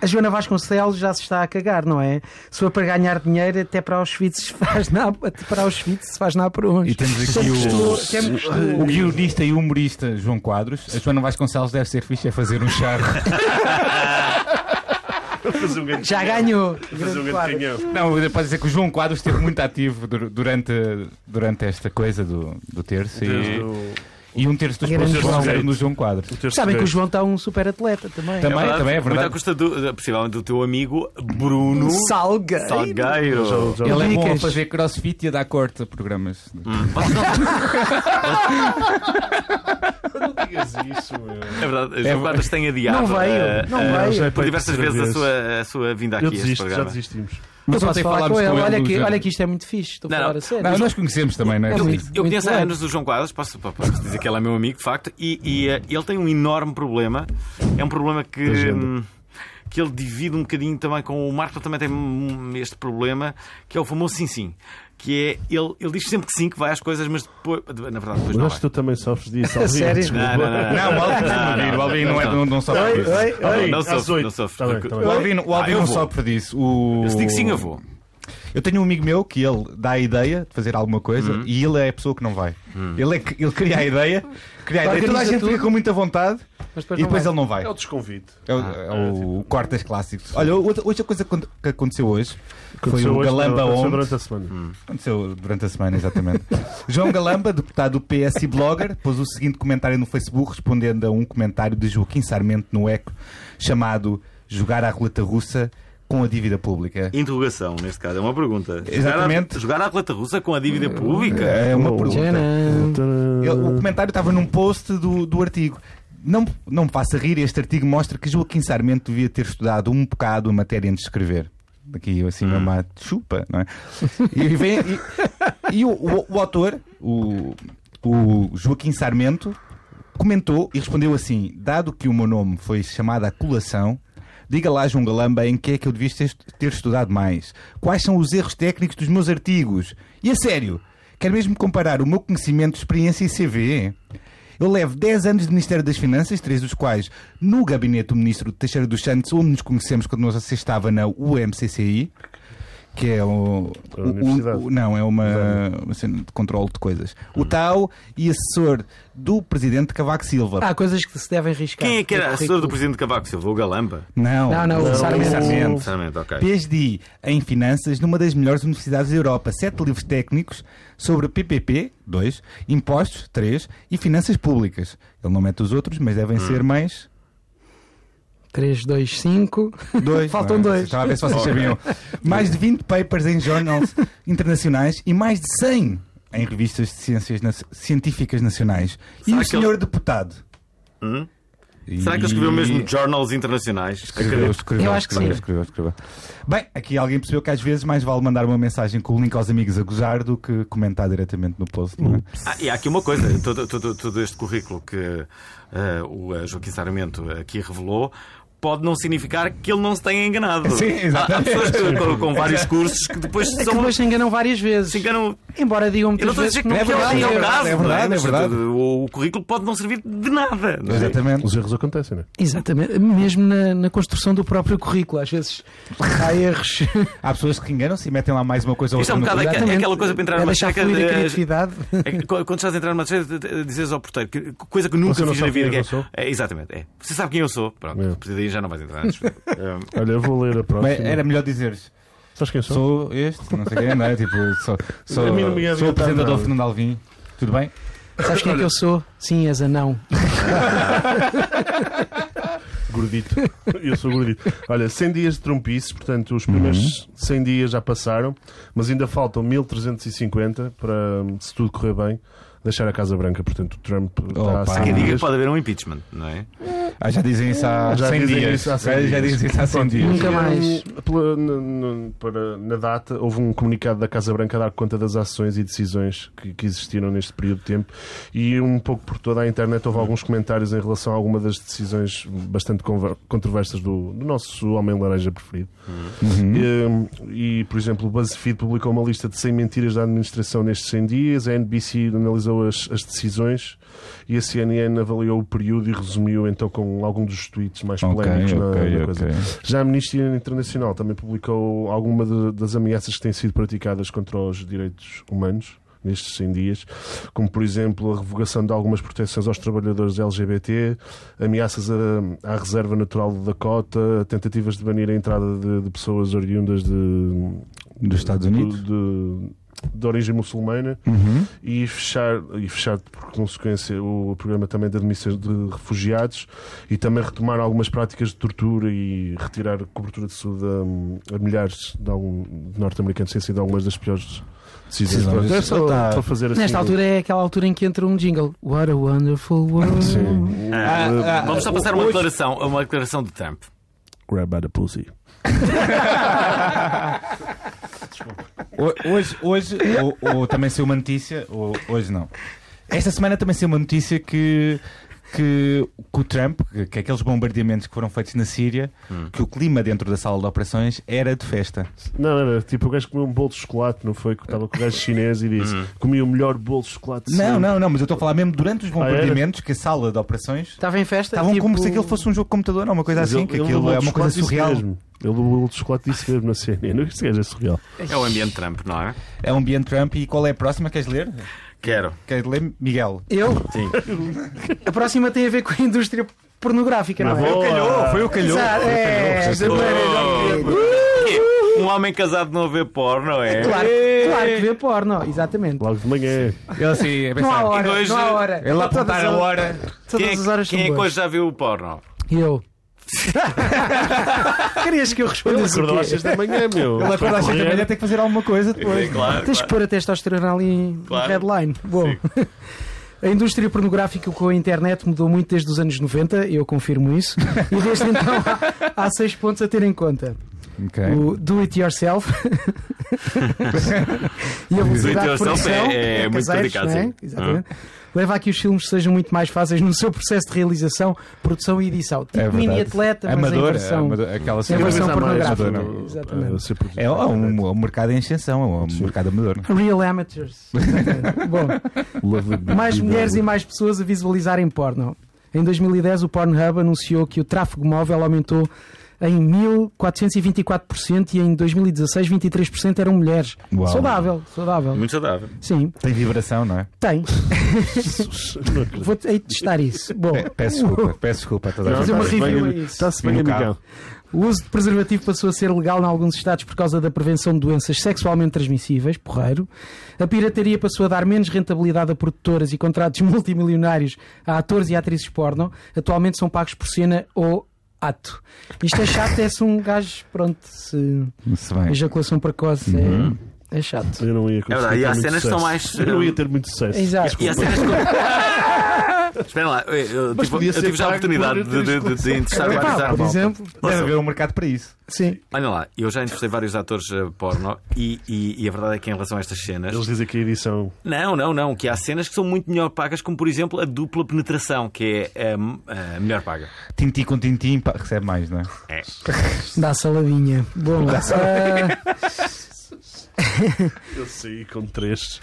Speaker 5: A Joana Vasconcelos já se está a cagar, não é? Se for para ganhar dinheiro, até para Auschwitz se faz na, até para Auschwitz se faz na por
Speaker 2: E
Speaker 5: onde.
Speaker 2: temos aqui
Speaker 5: Estou-
Speaker 2: o,
Speaker 5: até me gostou.
Speaker 2: o guionista e humorista João Quadros. A Joana Vasconcelos deve ser fixe a fazer um charro.
Speaker 4: Fazer um grande-
Speaker 5: Já ganhou.
Speaker 4: fazer um grande canhão.
Speaker 2: Não, pode dizer que o João Quadros esteve muito ativo dur- durante, durante esta coisa do, do terço.
Speaker 4: Desde
Speaker 2: E,
Speaker 4: o-
Speaker 2: e um terço dos
Speaker 5: Grande
Speaker 2: postos
Speaker 4: João.
Speaker 2: vão no João Quadros.
Speaker 4: o terço
Speaker 5: Sabem que o
Speaker 4: gigante.
Speaker 5: João está um super atleta também.
Speaker 2: Também, também é
Speaker 1: Muito à
Speaker 2: verdade.
Speaker 1: custa, do, eh, possivelmente, do teu amigo
Speaker 5: É um
Speaker 1: Bruno
Speaker 5: Salga.
Speaker 1: Salgueiro.
Speaker 4: Já- já-
Speaker 2: Ele é bom a
Speaker 5: Dicas.
Speaker 2: fazer crossfit e a dar corte a programas.
Speaker 4: Não digas isso, meu.
Speaker 1: É verdade, o João
Speaker 2: É-
Speaker 1: Quadros tem adiado.
Speaker 5: Não
Speaker 1: eh,
Speaker 5: veio, não
Speaker 1: eh,
Speaker 5: veio.
Speaker 4: já é
Speaker 1: Por
Speaker 4: para
Speaker 1: diversas
Speaker 4: terceira
Speaker 1: vezes a
Speaker 4: vez.
Speaker 1: sua, a sua vinda aqui
Speaker 4: Eu
Speaker 1: a este
Speaker 4: desisto, já
Speaker 1: programa.
Speaker 4: desistimos.
Speaker 5: Eu
Speaker 2: Mas
Speaker 5: posso
Speaker 2: ontem
Speaker 5: falar
Speaker 2: falámos
Speaker 5: com
Speaker 2: com
Speaker 5: ele.
Speaker 2: ele
Speaker 5: Olha
Speaker 2: do
Speaker 5: que,
Speaker 2: género.
Speaker 5: olha que isto é muito fixe. Estou
Speaker 1: Não,
Speaker 5: a falar
Speaker 1: não.
Speaker 5: a sério.
Speaker 2: Não, nós conhecemos também, não é?
Speaker 5: É
Speaker 2: Sim.
Speaker 5: muito-
Speaker 1: Eu conheço há
Speaker 5: bem.
Speaker 1: anos o João Quadros, posso, posso dizer que ele é meu amigo, de facto, e, e, eh, ele tem um enorme problema. É um problema que.
Speaker 4: Agenda.
Speaker 1: hum, Que ele divide um bocadinho também com o Marco, ele também tem hum, este problema, que é o famoso sim sim. Que é, ele, ele diz sempre que sim, que vai às coisas, mas depois. Na verdade, depois não.
Speaker 4: Mas
Speaker 1: vai.
Speaker 4: tu também sofres disso, Alvin.
Speaker 5: sério?
Speaker 4: Desculpa.
Speaker 1: Não, não, não.
Speaker 2: Não, o Alvin
Speaker 1: Não,
Speaker 2: não,
Speaker 1: não,
Speaker 2: não, o Alvin não, é, não, não sofre disso.
Speaker 4: Ei,
Speaker 1: bom,
Speaker 4: ei,
Speaker 1: não
Speaker 4: às
Speaker 1: sofre,
Speaker 4: oito.
Speaker 1: não sofre.
Speaker 4: Tá bem, tá bem.
Speaker 2: O Alvin, o Alvin
Speaker 1: eu
Speaker 2: não
Speaker 1: vou.
Speaker 2: sofre disso. O...
Speaker 1: Eu se digo sim, eu vou.
Speaker 2: Eu tenho um amigo meu que ele dá a ideia de fazer alguma coisa e ele é a pessoa que não vai. Ele, é que- ele cria a ideia, cria a ideia.
Speaker 5: Organiza
Speaker 2: Toda a gente fica
Speaker 5: tudo.
Speaker 2: com muita vontade
Speaker 5: Mas depois
Speaker 2: e
Speaker 5: não
Speaker 2: depois
Speaker 5: vai.
Speaker 2: ele não vai.
Speaker 4: É o desconvite.
Speaker 2: É o, é o Cortas Clássicos. Olha, outra, outra coisa que acon- que aconteceu hoje foi um
Speaker 4: Aconteceu
Speaker 2: o
Speaker 4: hoje,
Speaker 2: Galamba
Speaker 4: aconteceu
Speaker 2: Onde.
Speaker 4: durante a semana.
Speaker 2: Aconteceu durante a semana, exatamente. João Galamba, deputado do PS e blogger, pôs o seguinte comentário no Facebook respondendo a um comentário de Joaquim Sarmento no Eco chamado Jogar à Roleta Russa com a Dívida Pública.
Speaker 1: Interrogação, neste caso, é uma pergunta.
Speaker 2: Exatamente.
Speaker 1: Jogar à roleta russa com a dívida pública?
Speaker 2: É uma
Speaker 4: Oh.
Speaker 2: pergunta.
Speaker 5: Tcharam.
Speaker 2: Ele- O comentário estava num post do, do artigo. Não, não me faça rir, este artigo mostra que Joaquim Sarmento devia ter estudado um bocado a matéria antes de escrever. Aqui eu assim mesmo à chupa, não é? E, vem, e, e o, o- o autor, o, o Joaquim Sarmento, comentou e respondeu assim: Dado que o meu nome foi chamado à colação, diga lá, João Galamba, em que é que eu devia ter- ter estudado mais? Quais são os erros técnicos dos meus artigos? E a sério, quero mesmo comparar o meu conhecimento, experiência e CV. Eu levo 10 anos de Ministério das Finanças, três dos quais no gabinete do Ministro Teixeira dos Santos, onde nos conhecemos quando você estava na UMCCI, que é o,
Speaker 4: É a
Speaker 2: o- o-
Speaker 4: universidade.
Speaker 2: o- não, é uma, uma cena de controle de coisas. O tal e assessor do presidente Cavaco Silva.
Speaker 5: Há coisas que se devem riscar.
Speaker 1: Quem é que era
Speaker 5: No
Speaker 1: assessor do
Speaker 5: currículo.
Speaker 1: presidente Cavaco Silva? O Galamba? Hum.
Speaker 2: Não,
Speaker 5: Não, não, o Sarmento.
Speaker 2: Sarmento.
Speaker 1: Sinceramente, ok.
Speaker 2: PhD em Finanças numa das melhores universidades da Europa. Sete livros técnicos sobre PPP, dois, impostos, três, e finanças públicas. Ele não mete os outros, mas devem ser mais
Speaker 5: 3, 2, 5.
Speaker 2: dois. Então-
Speaker 5: Faltam
Speaker 2: Não,
Speaker 5: dois.
Speaker 2: Estava a ver se vocês sabiam. Mais de 20 papers em journals internacionais e mais de 100 em revistas de ciências na- científicas nacionais. E
Speaker 1: Será
Speaker 2: o
Speaker 1: que ele-
Speaker 2: senhor deputado?
Speaker 1: Hum? Será que ele escreveu mesmo journals internacionais?
Speaker 2: Escreveu, escreveu,
Speaker 5: Eu acho que
Speaker 2: escreveu,
Speaker 5: sim.
Speaker 2: escreveu, escreveu. Bem, aqui alguém percebeu que às vezes mais vale mandar uma mensagem com o link aos amigos a gozar do que comentar diretamente no post. Não é?
Speaker 1: Ah, e há aqui uma coisa: todo, todo- todo este currículo que eh, o eh, Joaquim Sarmento aqui revelou. pode não significar que ele não se tenha enganado.
Speaker 2: Sim,
Speaker 1: Há há
Speaker 2: exatamente.
Speaker 1: pessoas que- com, com vários cursos que depois
Speaker 5: É que
Speaker 1: são.
Speaker 5: depois se enganam várias vezes.
Speaker 1: Se enganam.
Speaker 5: Embora digam
Speaker 1: Eu não
Speaker 5: muitas
Speaker 1: estou a
Speaker 5: vezes
Speaker 1: dizer que
Speaker 5: que não
Speaker 1: não é,
Speaker 5: querem.
Speaker 1: verdade, é o caso.
Speaker 2: verdade, é
Speaker 1: não
Speaker 2: verdade,
Speaker 1: Mas,
Speaker 2: é verdade.
Speaker 1: O, o currículo pode não servir de nada. não é?
Speaker 2: Exatamente.
Speaker 4: Os erros acontecem, não é?
Speaker 5: Exatamente, mesmo na, na construção do próprio currículo, às vezes há erros.
Speaker 2: Há pessoas que enganam-se e metem lá mais uma coisa ou
Speaker 1: Isto é
Speaker 2: outra.
Speaker 1: um
Speaker 2: no
Speaker 1: bocado
Speaker 2: currículo.
Speaker 1: É aquela- aquela coisa para entrar
Speaker 5: é
Speaker 1: numa
Speaker 5: deixar
Speaker 1: seca
Speaker 5: fluir a
Speaker 1: de-
Speaker 5: criatividade.
Speaker 1: É que quando quando estás a entrar numa desfeita, dizes ao porteiro que coisa que
Speaker 4: Você
Speaker 1: nunca
Speaker 4: não
Speaker 1: fiz na
Speaker 4: sabe
Speaker 1: vida.
Speaker 4: quem
Speaker 1: que
Speaker 4: eu
Speaker 1: é-
Speaker 4: sou?
Speaker 1: É, exatamente, é. Você sabe quem eu sou. Pronto,
Speaker 4: É.
Speaker 1: a partir daí já não vais entrar na desfeita. É.
Speaker 4: Olha, eu vou ler a próxima.
Speaker 2: Mas era melhor dizeres.
Speaker 4: Sabes quem sou?
Speaker 2: Sou este, não sei quem, não é? Tipo, sou, sou,
Speaker 4: Então? A mim não me ia
Speaker 2: sou o
Speaker 4: adiantar
Speaker 2: apresentador
Speaker 4: nada.
Speaker 2: Fernando Alvim. Tudo bem?
Speaker 5: Sabes quem é que eu sou? Sim, és anão.
Speaker 4: Gordito. Eu sou gordito. Olha, 100 dias de trompice, portanto, os primeiros 100 dias já passaram, mas ainda faltam 1350 para, se tudo correr bem, deixar a Casa Branca. Portanto, o Trump está
Speaker 2: Opa.
Speaker 4: a 100
Speaker 1: Quem diga
Speaker 4: dias.
Speaker 1: que pode haver um impeachment, não é?
Speaker 2: Ah, já dizem isso há
Speaker 4: Já
Speaker 2: 100
Speaker 4: dizem
Speaker 2: dias.
Speaker 4: isso há 100
Speaker 2: já, já
Speaker 4: dias.
Speaker 2: dizem isso há 100 dias.
Speaker 5: Nunca mais.
Speaker 4: Hum, pela- na- na- para, na data, houve um comunicado da Casa Branca a dar conta das ações e decisões que, que existiram neste período de tempo e um pouco por toda a internet houve alguns comentários em relação a alguma das decisões bastante conver- controversas do, do nosso homem laranja preferido.
Speaker 2: Uhum.
Speaker 4: Ehm, E, e, por exemplo, o BuzzFeed publicou uma lista de 100 mentiras da administração nestes 100 dias, a NBC analisou as, as decisões e a CNN avaliou o período e resumiu então com algum dos tweets mais
Speaker 2: Ok,
Speaker 4: polémicos na-
Speaker 2: ok,
Speaker 4: na,
Speaker 2: ok.
Speaker 4: coisa. assim. Já a Amnistia Internacional também publicou alguma de- das ameaças que têm sido praticadas contra os direitos humanos nestes 100 dias, como por exemplo a revogação de algumas proteções aos trabalhadores LGBT, ameaças à- à reserva natural da Dakota, tentativas de banir a entrada de, de pessoas oriundas de,
Speaker 2: Dos Estados
Speaker 4: de-
Speaker 2: Unidos. Uhum.
Speaker 4: de- de origem muçulmana e fechar, e fechar por consequência o programa também de admissão de refugiados e também retomar algumas práticas de tortura e retirar cobertura de saúde hum, a, milhares de, algum- de norte-americanos sem sido algumas das piores decisões.
Speaker 2: Sim,
Speaker 4: Pronto,
Speaker 2: mas
Speaker 4: é
Speaker 2: isso
Speaker 4: só
Speaker 2: está-
Speaker 4: para fazer assim.
Speaker 5: Nesta altura é aquela altura em que entra um jingle. What a wonderful world.
Speaker 4: Sim.
Speaker 1: Ah, Vamos só passar uma declaração, uma declaração de Trump.
Speaker 4: Grab by the pussy.
Speaker 2: Ho- Hoje, hoje ou, ou também saiu uma notícia, ou hoje não. Esta semana também saiu uma notícia que, que, que o Trump, que, que aqueles bombardeamentos que foram feitos na Síria,
Speaker 4: Hum.
Speaker 2: que o clima dentro da sala de operações era de festa.
Speaker 4: Não, era tipo o gajo comeu um bolo de chocolate, não foi? Que estava com o gajo chinês e disse: Comi o melhor bolo de chocolate. de
Speaker 2: Não,
Speaker 4: sempre."
Speaker 2: não, não, mas eu estou a falar mesmo durante os
Speaker 4: Ah, era?
Speaker 2: bombardeamentos que a sala de operações
Speaker 5: Estava em festa.
Speaker 2: estavam
Speaker 5: tipo,
Speaker 2: como se aquilo fosse um jogo de computador ou uma coisa
Speaker 4: Mas
Speaker 2: assim,
Speaker 4: ele-
Speaker 2: que
Speaker 4: ele do
Speaker 2: aquilo
Speaker 4: bolo
Speaker 2: é
Speaker 4: de
Speaker 2: uma coisa
Speaker 4: chocolate disse
Speaker 2: surreal.
Speaker 4: Mesmo. Ele do bolo de chocolate disse mesmo na CNN. Este gajo é surreal.
Speaker 1: É o ambiente Trump, não é?
Speaker 2: É um ambiente Trump e qual é a próxima? Queres ler?
Speaker 1: Quero.
Speaker 2: Queres ler, Miguel?
Speaker 5: Eu? A próxima tem a ver com a indústria pornográfica, não, é?
Speaker 4: Boa.
Speaker 2: foi o calhou.
Speaker 5: Exato, é,
Speaker 1: Quê? Um homem casado não vê porno, é?
Speaker 5: Claro, claro que vê porno, exatamente.
Speaker 4: Logo de manhã. é.
Speaker 2: Ele assim, a
Speaker 5: Não há
Speaker 2: pensar.
Speaker 5: hora,
Speaker 1: hoje-
Speaker 5: não há hora.
Speaker 2: Ele a
Speaker 5: Todas
Speaker 2: apontar
Speaker 5: as-
Speaker 2: a hora.
Speaker 5: Todas
Speaker 1: Quem,
Speaker 5: as
Speaker 1: é,
Speaker 5: horas
Speaker 1: quem é
Speaker 5: são
Speaker 1: que hoje
Speaker 5: boas.
Speaker 1: já viu o porno?
Speaker 5: Eu. Querias que eu respondesse
Speaker 4: Acordou às
Speaker 5: o
Speaker 4: 6
Speaker 5: quê?
Speaker 4: da manhã, meu.
Speaker 2: Ele
Speaker 4: Foi
Speaker 2: acorda às 6 da
Speaker 4: correr.
Speaker 2: manhã, tem que fazer alguma coisa
Speaker 1: É,
Speaker 2: depois.
Speaker 1: claro,
Speaker 5: Tens de
Speaker 1: claro.
Speaker 5: pôr a testosterona ali em
Speaker 1: Claro.
Speaker 5: headline. Bom. A indústria pornográfica com a internet mudou muito desde os anos 90, eu confirmo isso. E desde então há, há seis pontos a ter em conta:
Speaker 1: É.
Speaker 2: É
Speaker 5: o do it yourself e a velocidade de
Speaker 1: yourself
Speaker 5: produção.
Speaker 1: é- é muito
Speaker 5: caseiros,
Speaker 1: complicado,
Speaker 5: não é?
Speaker 1: sim. Ah.
Speaker 5: Exatamente. Leva a que os filmes sejam muito mais fáceis no seu processo de realização, produção e edição. Tipo
Speaker 1: É
Speaker 5: mini atleta, mas em
Speaker 2: amador,
Speaker 5: versão.
Speaker 2: amador, aquela
Speaker 5: em
Speaker 4: Cada
Speaker 5: versão
Speaker 4: vez há mais
Speaker 5: pornográfica.
Speaker 4: amador, não?
Speaker 5: Exatamente.
Speaker 4: A ser produzido.
Speaker 2: É um, um mercado em extensão, é um mercado amador.
Speaker 5: Real amateurs. Exatamente. Bom.
Speaker 4: Lovely big
Speaker 5: mais
Speaker 4: people.
Speaker 5: mulheres e mais pessoas a visualizarem porno. Em 2010, o Pornhub anunciou que o tráfego móvel aumentou em 1424% e em 2016 23% eram mulheres.
Speaker 2: Uau.
Speaker 5: Saudável, saudável.
Speaker 1: Muito saudável.
Speaker 5: Sim,
Speaker 2: Tem vibração, não é?
Speaker 5: tem. Vou aí testar isso. Bom,
Speaker 2: Pe- Peço desculpa, peço desculpa a toda a
Speaker 4: Não,
Speaker 2: gente.
Speaker 5: fazer uma
Speaker 4: está-se bem,
Speaker 5: review
Speaker 2: um
Speaker 5: a isso.
Speaker 4: Está-se bem,
Speaker 2: E no carro.
Speaker 4: amigão.
Speaker 5: o uso de preservativo passou a ser legal em alguns estados por causa da prevenção de doenças sexualmente transmissíveis, porreiro. A pirataria passou a dar menos rentabilidade a produtoras e contratos multimilionários a atores e atrizes porno. Atualmente são pagos por cena ou ato. Isto é chato, é se um gajo, pronto, se
Speaker 2: Se bem. Uhum.
Speaker 5: ejaculação precoce é... É chato.
Speaker 4: Eu não ia
Speaker 1: É
Speaker 4: conseguir.
Speaker 1: verdade, e
Speaker 4: ter
Speaker 1: há
Speaker 4: muito
Speaker 1: cenas que são
Speaker 4: sucesso.
Speaker 1: mais,
Speaker 4: Eu não ia
Speaker 1: eh,
Speaker 4: ter muito sucesso.
Speaker 5: Exato.
Speaker 2: assim
Speaker 1: E há cenas que- Espera lá, eu, eu
Speaker 4: Mas
Speaker 1: tive-
Speaker 4: podia
Speaker 1: eu
Speaker 4: ser
Speaker 1: tive já a
Speaker 4: pago
Speaker 1: oportunidade
Speaker 4: por
Speaker 1: de, de,
Speaker 4: ter
Speaker 1: de, de entrevistar
Speaker 5: Epá,
Speaker 1: vários
Speaker 5: Ah, por
Speaker 1: atores.
Speaker 5: exemplo,
Speaker 2: Deve haver um mercado para isso.
Speaker 5: sim.
Speaker 1: Olha lá, eu já entrevistei vários atores eh, porno e, e- e a verdade é que em relação a estas cenas.
Speaker 4: Eles dizem que a edição.
Speaker 1: Não, não, não, que há cenas que são muito melhor pagas, como por exemplo a dupla penetração, que é a, a melhor paga.
Speaker 2: Tintim com tintim, pá, recebe mais, não é?
Speaker 5: Dá saladinha. Bom, ah,
Speaker 4: Eu saí com três.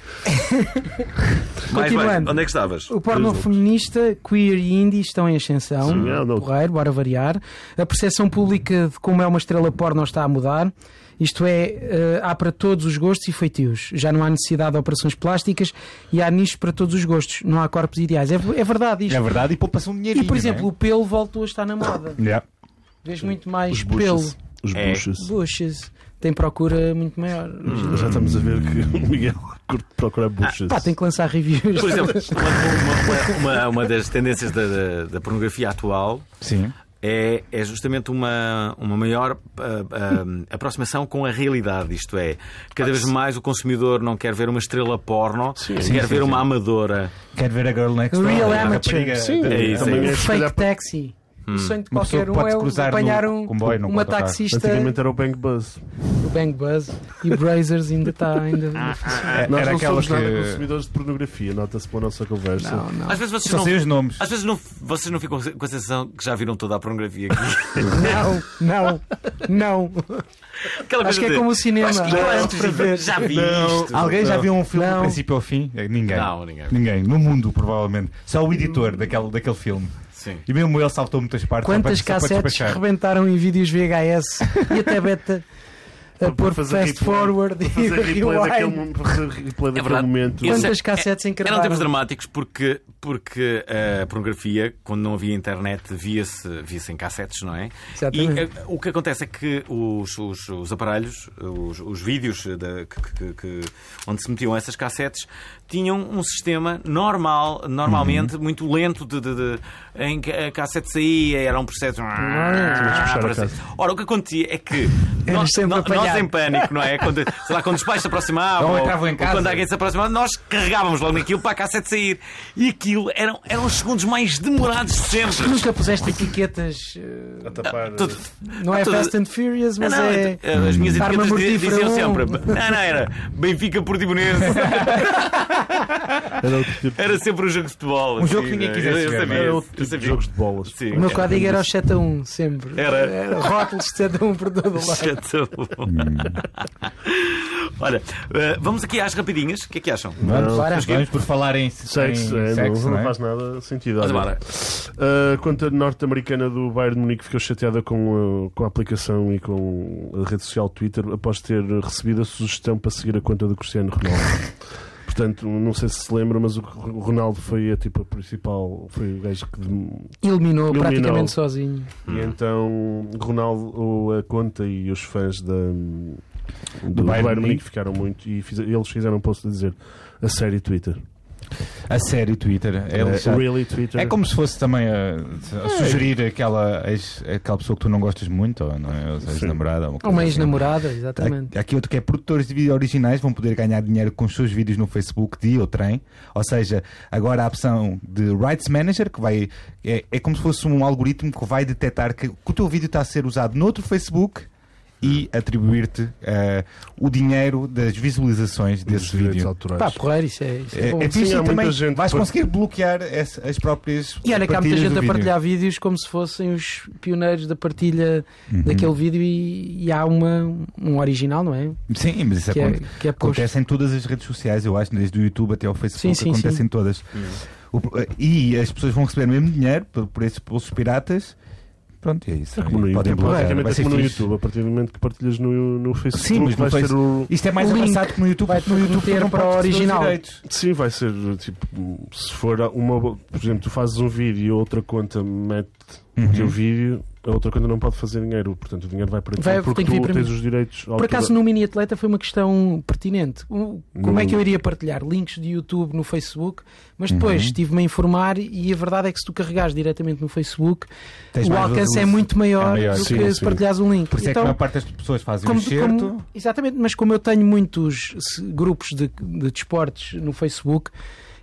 Speaker 1: Mais bem,
Speaker 5: Continuando.
Speaker 1: onde é que estavas?
Speaker 5: o porno feminista, queer e indie estão em ascensão.
Speaker 4: Sim, é, não.
Speaker 5: Porreiro, bora variar. A percepção pública de como é uma estrela porno está a mudar. Isto é, eh, há para todos os gostos e feitios. Já não há necessidade de operações plásticas e há nichos para todos os gostos. Não há corpos ideais. É, é verdade isto.
Speaker 2: É verdade, e poupa-se um dinheirinho.
Speaker 5: E, por exemplo,
Speaker 2: não
Speaker 5: o pelo voltou a estar na moda.
Speaker 2: é? Yeah.
Speaker 5: Vês muito mais
Speaker 4: Os
Speaker 5: pelo.
Speaker 4: buchas. Os
Speaker 1: É.
Speaker 4: buchas.
Speaker 5: Buchas. Tem procura muito maior.
Speaker 4: Já estamos a ver que o Miguel curte procurar buchas.
Speaker 5: Pá, tem que lançar reviews.
Speaker 4: é,
Speaker 1: Por exemplo, uma, uma- uma- uma das tendências da- da- da pornografia atual
Speaker 2: Sim.
Speaker 1: é, é justamente uma, uma maior ah, ah, aproximação com a realidade. Isto é, cada vez mais o consumidor não quer ver uma estrela porno, quer
Speaker 2: Sim,
Speaker 1: ver
Speaker 2: sim,
Speaker 1: uma
Speaker 2: sim.
Speaker 1: amadora.
Speaker 2: Quero ver a girl next door.
Speaker 5: Real
Speaker 2: é, a
Speaker 5: amateur.
Speaker 2: rapariga
Speaker 4: Sim,
Speaker 2: de-
Speaker 1: é isso,
Speaker 4: também
Speaker 1: é
Speaker 4: é,
Speaker 5: O
Speaker 4: se
Speaker 5: fake
Speaker 4: calhar,
Speaker 5: taxi. O sonho de
Speaker 2: Hum. Uma pessoa
Speaker 5: qualquer
Speaker 2: que
Speaker 5: um
Speaker 2: pode
Speaker 5: é o-
Speaker 2: cruzar
Speaker 5: apanhar
Speaker 2: no
Speaker 5: um,
Speaker 2: comboio, não
Speaker 5: uma
Speaker 2: pode andar.
Speaker 5: taxista,
Speaker 4: Antigamente era o Bang Buzz.
Speaker 5: o Bang Buzz e o Brazers ainda está. Ainda...
Speaker 2: É,
Speaker 4: Nós
Speaker 2: Era
Speaker 4: não
Speaker 2: aquela
Speaker 4: somos nada
Speaker 2: que.
Speaker 4: consumidores de pornografia, nota-se pela nossa conversa.
Speaker 5: Não, não.
Speaker 1: Às vezes vocês
Speaker 2: Só
Speaker 1: não.
Speaker 2: sei os nomes.
Speaker 1: Às vezes não, vocês não ficam com a sensação que já viram toda a pornografia aqui.
Speaker 5: Não, não, não.
Speaker 1: Aquela
Speaker 5: Acho que é
Speaker 1: de-
Speaker 5: como o cinema.
Speaker 1: Acho que
Speaker 5: Não, é?
Speaker 1: antes
Speaker 5: antes para ver.
Speaker 1: Já vi isto.
Speaker 2: Alguém já viu um filme
Speaker 5: Não.
Speaker 2: do princípio ao fim? É, Ninguém.
Speaker 1: Não, ninguém.
Speaker 2: Ninguém. No mundo, provavelmente. Só o
Speaker 4: Hum.
Speaker 2: editor daquele, daquele filme.
Speaker 1: Sim.
Speaker 2: E mesmo ele saltou muitas partes. só
Speaker 5: Quantas
Speaker 2: para- só para
Speaker 5: cassetes
Speaker 2: despachar.
Speaker 5: rebentaram em vídeos VHS e até beta a pôr
Speaker 4: fazer
Speaker 5: fast
Speaker 4: replay.
Speaker 5: forward e
Speaker 4: Fazer replay daquele,
Speaker 5: rewind?
Speaker 4: mo- para fazer replay daquele
Speaker 1: É verdade.
Speaker 4: momento.
Speaker 1: Esse- é-
Speaker 5: Quantas cassetes
Speaker 1: Eram tempos
Speaker 5: encravaram?
Speaker 1: dramáticos porque, porque eh, a pornografia, quando não havia internet, via-se via em cassetes, não é?
Speaker 5: Exatamente.
Speaker 1: E eh, o que acontece é que os, os, os aparelhos, os, os vídeos da- que- que- que- onde se metiam essas cassetes, tinham um sistema normal, normalmente
Speaker 4: Uhum.
Speaker 1: muito lento, de, de- de- em que a cassete saía, era um processo.
Speaker 4: é? puxar a
Speaker 1: Para-
Speaker 4: cassete.
Speaker 1: Ora, o que acontecia é que
Speaker 5: Eram
Speaker 1: nós,
Speaker 5: sempre
Speaker 1: no- nós
Speaker 5: apanhados.
Speaker 1: em pânico, não é? Quando, sei lá, quando os pais se aproximavam,
Speaker 2: Ou
Speaker 1: ou,
Speaker 2: entravam em
Speaker 1: ou
Speaker 2: casa.
Speaker 1: quando alguém se aproximava, nós carregávamos logo naquilo para a cassete sair. E aquilo eram, eram os segundos mais demorados de sempre.
Speaker 5: Nunca puseste etiquetas. eh,
Speaker 4: A tapar.
Speaker 1: Tudo- Ah,
Speaker 5: Não é
Speaker 1: tudo-
Speaker 5: Fast and Furious,
Speaker 1: Não,
Speaker 5: mas
Speaker 1: não,
Speaker 5: é.
Speaker 1: eh, as minhas
Speaker 5: Arma
Speaker 1: etiquetas di-
Speaker 5: mortífera
Speaker 1: diziam
Speaker 5: um.
Speaker 1: sempre. Não, não, era Benfica Portimonense.
Speaker 4: Era outro tipo,
Speaker 1: Era sempre um jogo de futebol.
Speaker 2: Um jogo que
Speaker 1: assim,
Speaker 2: ninguém
Speaker 1: né?
Speaker 2: quisesse
Speaker 1: Eu
Speaker 2: ver,
Speaker 1: sabia,
Speaker 2: não
Speaker 4: era
Speaker 1: eu
Speaker 4: outro tipo de
Speaker 1: sabia.
Speaker 4: jogos de bolas.
Speaker 1: Sim.
Speaker 5: O meu código era o 7 a 1, sempre.
Speaker 1: Era.
Speaker 5: Rótulos 7 a 1 por todo o lado.
Speaker 1: Chato. Olha, eh, vamos aqui às rapidinhas. O que é que acham?
Speaker 2: Vamos,
Speaker 4: Não.
Speaker 2: vamos, vamos por falar em
Speaker 4: Sexo,
Speaker 2: em
Speaker 4: é,
Speaker 2: sexo
Speaker 4: não,
Speaker 2: não é?
Speaker 4: não faz nada sentido.
Speaker 1: Vamos
Speaker 4: Olha,
Speaker 1: embora.
Speaker 4: Uh, quanto a norte-americana do Bayern de Munique ficou chateada com a, com a aplicação e com a rede social Twitter após ter recebido a sugestão para seguir a conta do Cristiano Ronaldo. Portanto, não sei se se lembra, mas o Ronaldo foi a, tipo, a principal, foi o gajo que... E
Speaker 5: Eliminou,
Speaker 4: Eliminou.
Speaker 5: praticamente sozinho.
Speaker 4: então, Ronaldo, o- a conta e os fãs da, do,
Speaker 2: Bayern de
Speaker 4: Bayern, de
Speaker 2: Munique.
Speaker 4: Munique ficaram muito... E fiz- eles fizeram um post a dizer, a série Twitter.
Speaker 2: A série Twitter. É,
Speaker 4: Eh,
Speaker 2: lixado.
Speaker 4: really Twitter.
Speaker 2: É como se fosse também a,
Speaker 5: É.
Speaker 2: a sugerir aquela, ex- aquela pessoa que tu não gostas muito, ou não é? Ou seja, ex-namorada. ou
Speaker 5: Ou
Speaker 2: coisa
Speaker 5: uma
Speaker 2: assim.
Speaker 5: ex-namorada,
Speaker 2: Há-
Speaker 5: exatamente.
Speaker 2: Há Aqui outro que é produtores de vídeo originais vão poder ganhar dinheiro com os seus vídeos no Facebook de ou trem. Ou seja, agora há a opção de Rights Manager, que vai. É, é como se fosse um algoritmo que vai detectar que, que o teu vídeo está a ser usado noutro Facebook e atribuir-te eh, o dinheiro das visualizações
Speaker 4: Dos
Speaker 2: desse
Speaker 4: direitos
Speaker 2: vídeo.
Speaker 4: autorais.
Speaker 5: Pá, porreiro, isso é, isso é
Speaker 2: É,
Speaker 5: bom.
Speaker 2: é
Speaker 4: Sim,
Speaker 2: fixe
Speaker 4: há
Speaker 2: e
Speaker 4: muita
Speaker 2: também
Speaker 4: gente
Speaker 2: vais
Speaker 4: por-
Speaker 2: conseguir bloquear as, as próprias.
Speaker 5: E olha que há muita
Speaker 2: partilhas
Speaker 5: gente
Speaker 2: do
Speaker 5: a
Speaker 2: vídeo.
Speaker 5: partilhar vídeos como se fossem os pioneiros da partilha
Speaker 2: Uhum.
Speaker 5: daquele vídeo e, e há uma, um original, não é?
Speaker 2: Sim, mas isso
Speaker 5: Que é,
Speaker 2: acontece.
Speaker 5: que é posto.
Speaker 2: Acontece em todas as redes sociais, eu acho, desde o YouTube até ao Facebook,
Speaker 5: Sim, sim,
Speaker 2: acontecem
Speaker 5: sim.
Speaker 2: todas. O pro- e as pessoas vão receber o mesmo dinheiro por, por esses, pelos piratas. Pronto, e é isso.
Speaker 4: É como no
Speaker 2: E podem
Speaker 4: YouTube,
Speaker 2: bloquear,
Speaker 4: praticamente
Speaker 2: vai
Speaker 4: é
Speaker 2: ser
Speaker 4: como no
Speaker 2: fixe.
Speaker 4: YouTube. A partir do momento que partilhas no, no Facebook,
Speaker 2: Sim, mas no
Speaker 4: vai ser
Speaker 2: Face-
Speaker 4: o.
Speaker 2: Isto é mais
Speaker 5: O link
Speaker 2: avançado que no YouTube,
Speaker 5: vai
Speaker 2: porque no YouTube
Speaker 5: ter
Speaker 2: não
Speaker 5: para o
Speaker 2: podes ter os
Speaker 5: original.
Speaker 2: direitos.
Speaker 4: Sim, vai ser tipo.
Speaker 2: Uhum.
Speaker 4: Se for uma. Por exemplo, tu fazes um vídeo e outra conta mete o teu vídeo. a outra coisa não pode fazer dinheiro, portanto o dinheiro vai para ti
Speaker 5: Vai-
Speaker 4: porque
Speaker 5: tem que vir
Speaker 4: tu
Speaker 5: para
Speaker 4: tens
Speaker 5: mim.
Speaker 4: os direitos
Speaker 5: Por acaso, no Mini Atleta foi uma questão pertinente. O- Como
Speaker 4: No-
Speaker 5: é que eu iria partilhar? Links de YouTube no Facebook, mas
Speaker 2: Uhum.
Speaker 5: depois estive-me a informar e a verdade é que se tu carregares diretamente no Facebook,
Speaker 2: Tens
Speaker 5: o
Speaker 2: mais
Speaker 5: alcance é
Speaker 2: visualização.
Speaker 5: muito maior,
Speaker 2: É maior.
Speaker 5: do
Speaker 4: Sim,
Speaker 5: que
Speaker 4: sim.
Speaker 5: se partilhares um link.
Speaker 2: Por isso é que a
Speaker 5: Então,
Speaker 2: maior parte das pessoas fazem um
Speaker 5: como-
Speaker 2: certo.
Speaker 5: como- exatamente, mas como eu tenho muitos se- grupos de, de desportos no Facebook,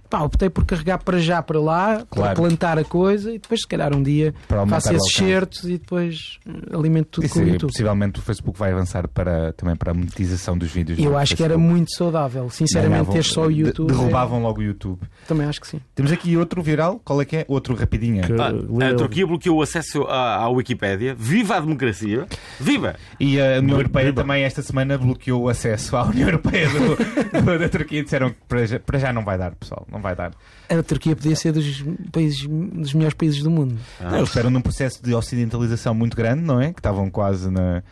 Speaker 5: pá, optei por carregar para já para lá, para
Speaker 2: Claro.
Speaker 5: plantar a coisa e depois, se calhar, um dia
Speaker 2: Para aumentar
Speaker 5: faço
Speaker 2: o
Speaker 5: esses
Speaker 2: alcance.
Speaker 5: certos e depois eh, alimento tudo
Speaker 2: Isso, é
Speaker 5: com o YouTube.
Speaker 2: possivelmente o Facebook vai avançar para, também para a monetização dos vídeos.
Speaker 5: Eu
Speaker 2: no
Speaker 5: acho que era
Speaker 2: Facebook.
Speaker 5: muito saudável. Sinceramente,
Speaker 2: Ganhavam-
Speaker 5: ter só o
Speaker 2: de-
Speaker 5: YouTube.
Speaker 2: Derrubavam logo o YouTube.
Speaker 5: é- Também acho que sim.
Speaker 2: Temos aqui outro viral. Qual é que é? Outro rapidinho.
Speaker 4: Eh,
Speaker 1: Ah, a Turquia bloqueou o acesso à, à Wikipédia. Viva a democracia! Viva!
Speaker 2: E a União Europeia também esta semana bloqueou o acesso à União Europeia do- do- da Turquia. Disseram que para já, para já não vai dar, pessoal. Não vai dar.
Speaker 5: A Turquia podia ser dos, países, dos melhores países do mundo.
Speaker 2: Não, Eles esperam num processo de ocidentalização muito grande, não é? Que estavam quase na,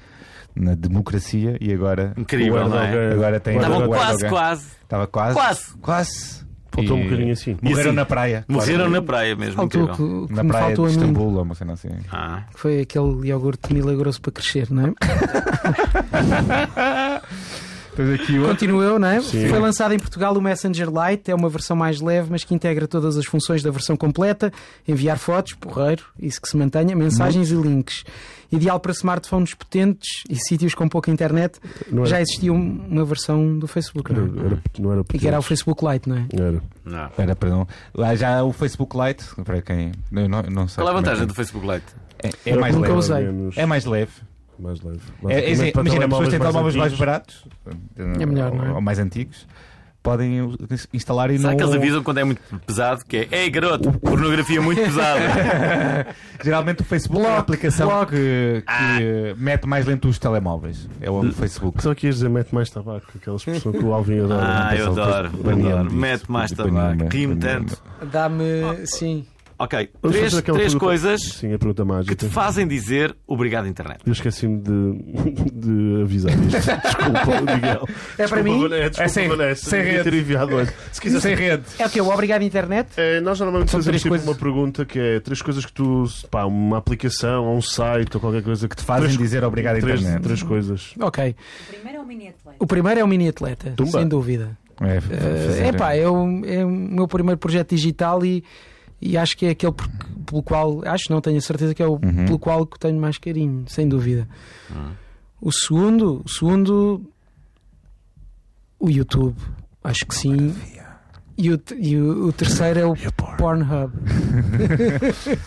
Speaker 2: na democracia e agora.
Speaker 1: Incrível,
Speaker 4: O Erdogan
Speaker 1: não é?
Speaker 4: é-
Speaker 2: Agora tem
Speaker 4: Estavam
Speaker 2: o
Speaker 1: Estavam quase,
Speaker 2: Erdogan.
Speaker 1: quase.
Speaker 2: Estava quase.
Speaker 1: Quase.
Speaker 2: Quase.
Speaker 4: Faltou
Speaker 2: E
Speaker 4: um bocadinho assim.
Speaker 1: E
Speaker 2: Morreram
Speaker 1: assim,
Speaker 2: na praia.
Speaker 1: Morreram
Speaker 2: Claro.
Speaker 1: na praia mesmo.
Speaker 5: Faltou o que,
Speaker 1: incrível.
Speaker 5: o que
Speaker 2: na
Speaker 5: me
Speaker 2: praia de
Speaker 5: faltou a mim.
Speaker 2: Istambul, ou uma cena assim.
Speaker 1: Ah.
Speaker 5: que Foi aquele iogurte milagroso para crescer, não é?
Speaker 2: Tens aqui outro.
Speaker 5: Continuo eu, não é?
Speaker 4: Sim.
Speaker 5: Foi lançado em Portugal o Messenger Lite, é uma versão mais leve, mas que integra todas as funções da versão completa: enviar fotos, porreiro, isso que se mantenha, mensagens e links. Ideal para smartphones potentes e sítios com pouca internet.
Speaker 4: Não
Speaker 5: Já
Speaker 4: era-
Speaker 5: existia um- uma versão do Facebook, não é?
Speaker 4: Era, era- não era
Speaker 5: E que era o Facebook Lite, não é?
Speaker 4: Era.
Speaker 1: Não.
Speaker 2: Espera, perdão. Lá já o Facebook Lite. Para quem. Eu não, não sei
Speaker 1: Qual é a
Speaker 2: como
Speaker 1: vantagem
Speaker 2: que
Speaker 1: do Facebook Lite?
Speaker 2: É, é mais
Speaker 5: Nunca
Speaker 2: leve.
Speaker 5: usei.
Speaker 4: menos-
Speaker 2: É mais leve.
Speaker 4: mais
Speaker 2: É,
Speaker 4: leve.
Speaker 2: é,
Speaker 4: Basicamente,
Speaker 2: imagina,
Speaker 4: para
Speaker 2: pessoas
Speaker 4: telemóveis
Speaker 2: têm telemóveis mais
Speaker 4: antigos,
Speaker 2: baratos
Speaker 5: É melhor, não é?
Speaker 2: ou, ou mais antigos podem uh, instalar e
Speaker 1: Será
Speaker 2: não.
Speaker 1: que eles avisam quando é muito pesado? Que é, ei garoto, pornografia é muito pesada.
Speaker 2: Geralmente o Facebook é a aplicação que, que, uh, mete mais lento os telemóveis. É o Facebook.
Speaker 4: Só que ias dizer mete mais tabaco, aquela expressão que o Alvin adora. tipo,
Speaker 1: Ah, eu
Speaker 4: Atenção,
Speaker 1: adoro,
Speaker 4: depois-
Speaker 1: adoro.
Speaker 2: disso,
Speaker 1: Mete mais
Speaker 2: banho-me,
Speaker 1: tabaco, rimo
Speaker 2: banho-me.
Speaker 1: tanto.
Speaker 5: Dá-me. Sim.
Speaker 1: Ok,
Speaker 4: Vamos
Speaker 1: três,
Speaker 4: fazer aquela
Speaker 1: três
Speaker 4: pergunta-
Speaker 1: coisas
Speaker 4: Sim, a pergunta
Speaker 1: que te
Speaker 4: mágica.
Speaker 1: fazem dizer obrigado, internet.
Speaker 4: Eu esqueci-me de, de avisar isto. Desculpa, Miguel.
Speaker 5: É para mim?
Speaker 4: Valéria, desculpa,
Speaker 2: É sem-
Speaker 4: Valéria,
Speaker 2: sem
Speaker 4: devia
Speaker 2: rede.
Speaker 4: ter enviado hoje.
Speaker 2: Se quiser sem rede.
Speaker 5: É o que? O obrigado, internet?
Speaker 4: É, nós normalmente
Speaker 2: São três
Speaker 4: fazemos tipo
Speaker 2: coisas-
Speaker 4: uma pergunta que é três coisas que tu, pá, uma aplicação ou um site ou qualquer coisa que te
Speaker 2: Fazem
Speaker 4: três,
Speaker 2: dizer obrigado à
Speaker 4: três,
Speaker 2: internet.
Speaker 4: três coisas.
Speaker 5: Ok.
Speaker 7: O primeiro é o mini atleta.
Speaker 5: O primeiro é o mini atleta,
Speaker 4: Tumba.
Speaker 5: sem dúvida.
Speaker 2: É,
Speaker 5: É pá, é o, é o meu primeiro projeto digital e, e acho que é aquele por- pelo qual, acho não, tenho a certeza que é o pelo qual que tenho mais carinho, sem dúvida. Ah. O segundo, o segundo, o YouTube, acho que sim. E o, te- e o, o terceiro é o Pornhub.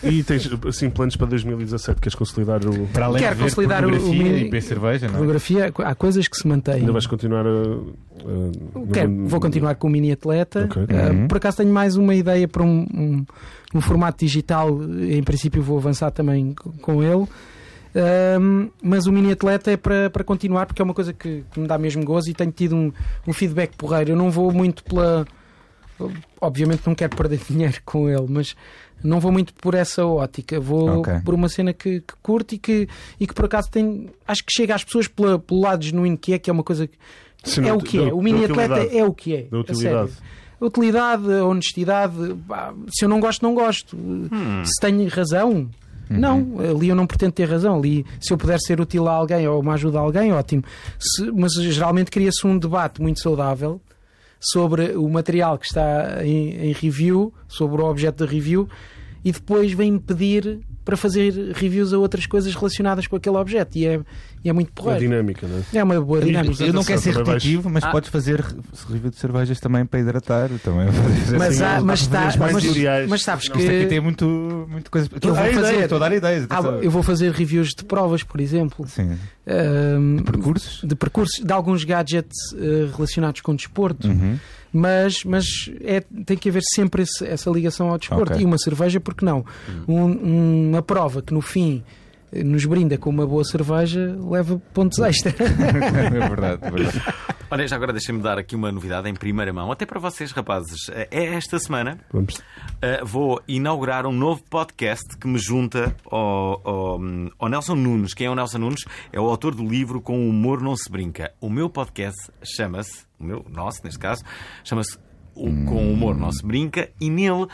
Speaker 4: E tens assim planos para 2017, queres consolidar o.
Speaker 2: Para além
Speaker 5: Quero
Speaker 2: de ver
Speaker 5: consolidar o- o
Speaker 2: pornografia
Speaker 5: mini-
Speaker 2: e beber cerveja, não é?
Speaker 5: Fotografia, há coisas que se mantêm.
Speaker 4: Ainda vais continuar a. a-
Speaker 5: Quero-
Speaker 4: não-
Speaker 5: vou continuar com o mini atleta.
Speaker 4: Ok.
Speaker 5: Ah,
Speaker 2: Uhum.
Speaker 5: por acaso tenho mais uma ideia para um, um, um formato digital. Em princípio vou avançar também co- com ele. Ahm, mas o mini atleta é para, para continuar porque é uma coisa que, que me dá mesmo gozo e tenho tido um, um feedback porreiro. Eu não vou muito pela. Obviamente não quero perder dinheiro com ele, mas não vou muito por essa ótica. Vou
Speaker 2: Ok.
Speaker 5: por uma cena que, que curto e que, e que por acaso tem. Acho que chega às pessoas pela- pelo lado genuíno que é, que é uma coisa que
Speaker 4: Sim,
Speaker 5: é
Speaker 4: da-
Speaker 5: o que é.
Speaker 4: da-
Speaker 5: O mini
Speaker 4: da
Speaker 5: atleta
Speaker 4: utilidade.
Speaker 5: é o que é.
Speaker 4: Da
Speaker 5: a
Speaker 4: utilidade.
Speaker 5: sério. A Utilidade, a honestidade. pá, se eu não gosto, não gosto.
Speaker 4: Hum.
Speaker 5: Se tenho razão.
Speaker 4: Uhum.
Speaker 5: Não, ali eu não pretendo ter razão. Ali, se eu puder ser útil a alguém ou uma ajuda a alguém, ótimo. Se- mas geralmente cria-se um debate muito saudável sobre o material que está em, em review, sobre o objeto da review, e depois vem-me pedir para fazer reviews a outras coisas relacionadas com aquele objeto. E é, e é muito
Speaker 4: A
Speaker 5: porreiro.
Speaker 4: dinâmica, não é?
Speaker 5: É uma boa dinâmica.
Speaker 2: Eu não quero ser
Speaker 4: Também vais-
Speaker 2: repetitivo, mas podes fazer re- review de cervejas também para hidratar. Também
Speaker 5: Mas, há, mas,
Speaker 2: está
Speaker 5: tá,
Speaker 4: mais
Speaker 5: mas,
Speaker 4: tutoriais.
Speaker 5: mas sabes
Speaker 2: Isto aqui é tem
Speaker 5: que
Speaker 2: muito, muito coisa. Estou
Speaker 5: Eu
Speaker 2: a
Speaker 5: vou
Speaker 2: dar ideias,
Speaker 5: fazer-
Speaker 2: Estou a dar ideias.
Speaker 5: Eh, Ah,
Speaker 2: atenção.
Speaker 5: eu vou fazer reviews de provas, por exemplo,
Speaker 2: Sim.
Speaker 5: ahm,
Speaker 2: Percursos?
Speaker 5: de percursos, de alguns gadgets eh, relacionados com desporto,
Speaker 2: Uhum.
Speaker 5: mas, mas é, tem que haver sempre esse- essa ligação ao desporto.
Speaker 2: Ok. Uhum.
Speaker 5: E uma cerveja, porque não? Um- uma prova que no fim eh, nos brinda com uma boa cerveja leva pontos extra.
Speaker 2: é verdade, é verdade.
Speaker 1: Olha, já agora deixem-me dar aqui uma novidade em primeira mão, até para vocês, rapazes. É esta semana
Speaker 4: Vamos.
Speaker 1: Uh, vou inaugurar um novo podcast que me junta ao, ao- ao Nelson Nunes. Quem é o Nelson Nunes? É o autor do livro Com o Humor Não Se Brinca. O meu podcast chama-se, o meu, nosso neste caso, chama-se o Com o Humor Não Se Brinca e nele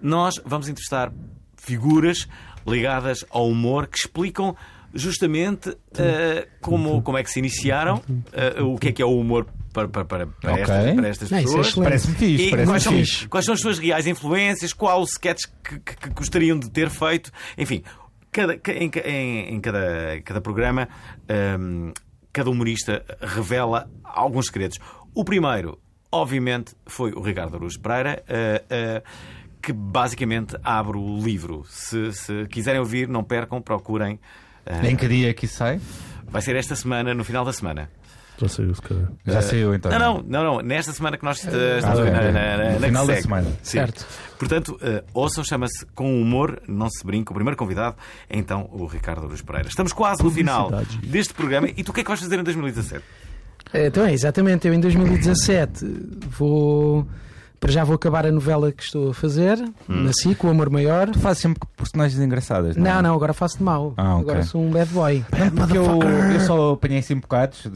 Speaker 1: nós vamos entrevistar figuras ligadas ao humor que explicam justamente eh, como, como é que se iniciaram, eh, o que é que é o humor para, para, para, para
Speaker 2: Ok.
Speaker 1: estas, para estas
Speaker 5: Não, isso é
Speaker 1: pessoas.
Speaker 5: excelente.
Speaker 2: Parece-me fixe,
Speaker 1: E quais,
Speaker 2: parece
Speaker 1: são,
Speaker 2: fixe.
Speaker 1: quais são as suas reais influências? Qual o sketch que, que- que gostariam de ter feito? Enfim, cada- ca- em, ca- em- em cada, cada programa, hum, cada humorista revela alguns segredos. O primeiro, obviamente, foi o Ricardo Aruz Pereira. eh, eh, que basicamente abre o livro. Se, se quiserem ouvir, não percam, procurem. eh,
Speaker 2: Em que dia é que isso sai?
Speaker 1: vai ser esta semana, no final da semana.
Speaker 4: Já saiu, se calhar.
Speaker 5: Eh,
Speaker 2: Já saiu então.
Speaker 1: Não, não, não, não. Nesta semana que nós eh, estamos
Speaker 2: Ah, ok.
Speaker 1: na, na- na-
Speaker 2: No
Speaker 1: na
Speaker 2: final
Speaker 1: que
Speaker 2: da
Speaker 1: segue.
Speaker 2: semana.
Speaker 1: Sim.
Speaker 5: Certo.
Speaker 1: Portanto, eh, ouçam, chama-se Com Humor, não se brinca. O primeiro convidado é então o Ricardo Aruz Pereira. Estamos quase no final
Speaker 4: Publicidade.
Speaker 1: deste programa. E tu o que é que vais fazer em 2017?
Speaker 5: Então é, exatamente. Eu em 2017 vou. Para já vou acabar a novela que estou a fazer,
Speaker 2: Hum.
Speaker 5: na SIC, O Amor Maior.
Speaker 2: Tu fazes sempre personagens engraçadas, não é?
Speaker 5: Não, não, agora faço de mal.
Speaker 2: Ah, ok.
Speaker 5: Agora sou um bad boy.
Speaker 2: Não, porque eu, eu só apanhei sempre bocados de,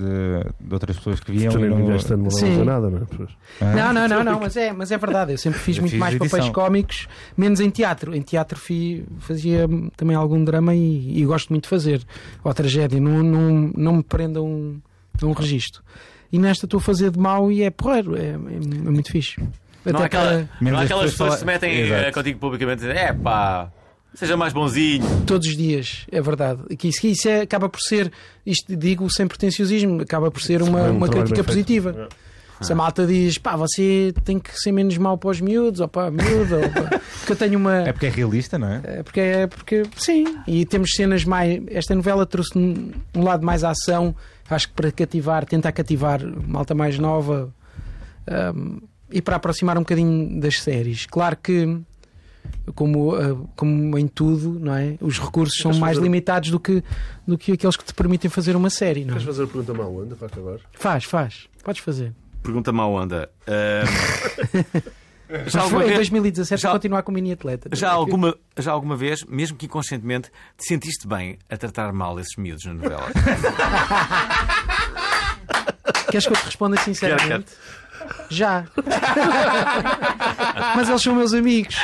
Speaker 2: de outras pessoas que viam.
Speaker 4: Tu
Speaker 2: e
Speaker 4: nem
Speaker 2: não-
Speaker 4: vieste a novela
Speaker 5: Sim.
Speaker 4: nada, não é? Pois.
Speaker 5: Não, não, não, não, mas é, mas é verdade. Eu sempre fiz
Speaker 2: Ah. Eu
Speaker 5: muito
Speaker 2: fiz
Speaker 5: mais papéis
Speaker 2: edição.
Speaker 5: cómicos, menos em teatro. Em teatro fi- fazia também algum drama e, e gosto muito de fazer. Ou tragédia, não, não, não me prenda um, um registro. E nesta estou a fazer de mal e é porreiro, é, é- é muito fixe.
Speaker 1: não há aquela,
Speaker 2: menos
Speaker 1: não há
Speaker 2: as
Speaker 1: aquelas
Speaker 2: pessoas
Speaker 1: pessoas que se
Speaker 2: falar-
Speaker 1: metem eh,
Speaker 2: Exato.
Speaker 1: contigo publicamente e dizem: é pá, seja mais bonzinho.
Speaker 5: Todos os dias, é verdade. Que isso, que isso é- acaba por ser, isto digo sem pretenciosismo, acaba por ser uma,
Speaker 4: É um
Speaker 5: uma
Speaker 4: trabalho
Speaker 5: crítica
Speaker 4: bem feito.
Speaker 5: positiva. Se a malta diz, pá, você tem que ser menos mau para os miúdos, ou para a miúda, ou para... porque eu tenho uma.
Speaker 2: É porque é realista, não é?
Speaker 5: É porque, é porque sim, e temos cenas mais. Esta novela trouxe um um lado mais à ação, acho que para cativar, tentar cativar malta mais nova hum, e para aproximar um bocadinho das séries. Claro que, como, ah, como em tudo, não é? os recursos são
Speaker 4: Queres
Speaker 5: mais
Speaker 4: fazer-
Speaker 5: limitados do que, do que aqueles que te permitem fazer uma série. Não é?
Speaker 4: Queres fazer a pergunta mal, anda para acabar?
Speaker 5: Faz, faz, podes fazer.
Speaker 1: Pergunta mal onda. Ahm, já
Speaker 5: Mas
Speaker 1: alguma
Speaker 5: foi em
Speaker 1: vez-
Speaker 5: 2017
Speaker 1: já-
Speaker 5: continuar como mini atleta.
Speaker 1: Já alguma, já alguma vez, mesmo que inconscientemente, te sentiste bem a tratar mal esses miúdos na novela?
Speaker 5: Queres que eu te responda sinceramente?
Speaker 1: Quero,
Speaker 5: Já. Mas eles são meus amigos.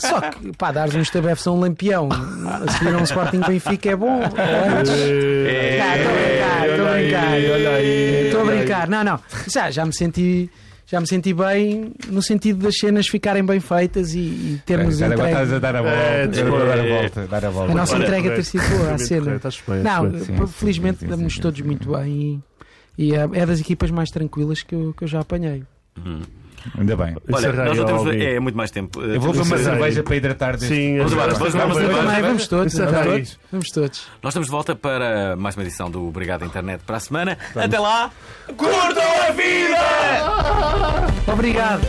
Speaker 5: Só que, pá, dares um estabefes a um lampião a seguir a um Sporting Benfica é bom.
Speaker 1: Eh,
Speaker 5: Cá, Estou a brincar, estou a brincar. Estou a brincar. Não, não. Já, já me senti. Já me senti bem no sentido das cenas ficarem bem feitas e, e termos
Speaker 2: Agora estás
Speaker 5: entregue.
Speaker 2: a dar a volta.
Speaker 4: É,
Speaker 2: agora dar a
Speaker 1: é.
Speaker 2: volta. Dar a volta.
Speaker 5: A nossa
Speaker 4: Olha,
Speaker 5: entrega ter
Speaker 4: correto.
Speaker 5: sido boa à
Speaker 4: Perfeitamente
Speaker 5: cena.
Speaker 4: correto, Estás bem,
Speaker 5: Não,
Speaker 4: estás bem.
Speaker 2: sim,
Speaker 5: por-
Speaker 2: sim,
Speaker 5: felizmente
Speaker 2: sim, sim,
Speaker 5: damos-nos
Speaker 2: sim,
Speaker 5: todos
Speaker 2: sim.
Speaker 5: muito bem e, e é, é das equipas mais tranquilas que eu, que eu já apanhei.
Speaker 2: Ainda bem.
Speaker 1: Olha,
Speaker 4: Encerrei
Speaker 1: nós não temos.
Speaker 4: logo.
Speaker 1: É, é muito mais tempo.
Speaker 2: Eu vou beber uma
Speaker 4: Encerrei.
Speaker 2: cerveja para hidratar deste.
Speaker 4: Sim,
Speaker 1: Vamos embora,
Speaker 4: agora.
Speaker 1: vamos embora, vamos embora.
Speaker 5: Também, vamos todos,
Speaker 4: Isso é
Speaker 5: vamos
Speaker 4: bem.
Speaker 5: todos, vamos todos.
Speaker 1: Nós estamos de volta para mais uma edição do Obrigado Internet para a semana. Até lá!
Speaker 5: Obrigado.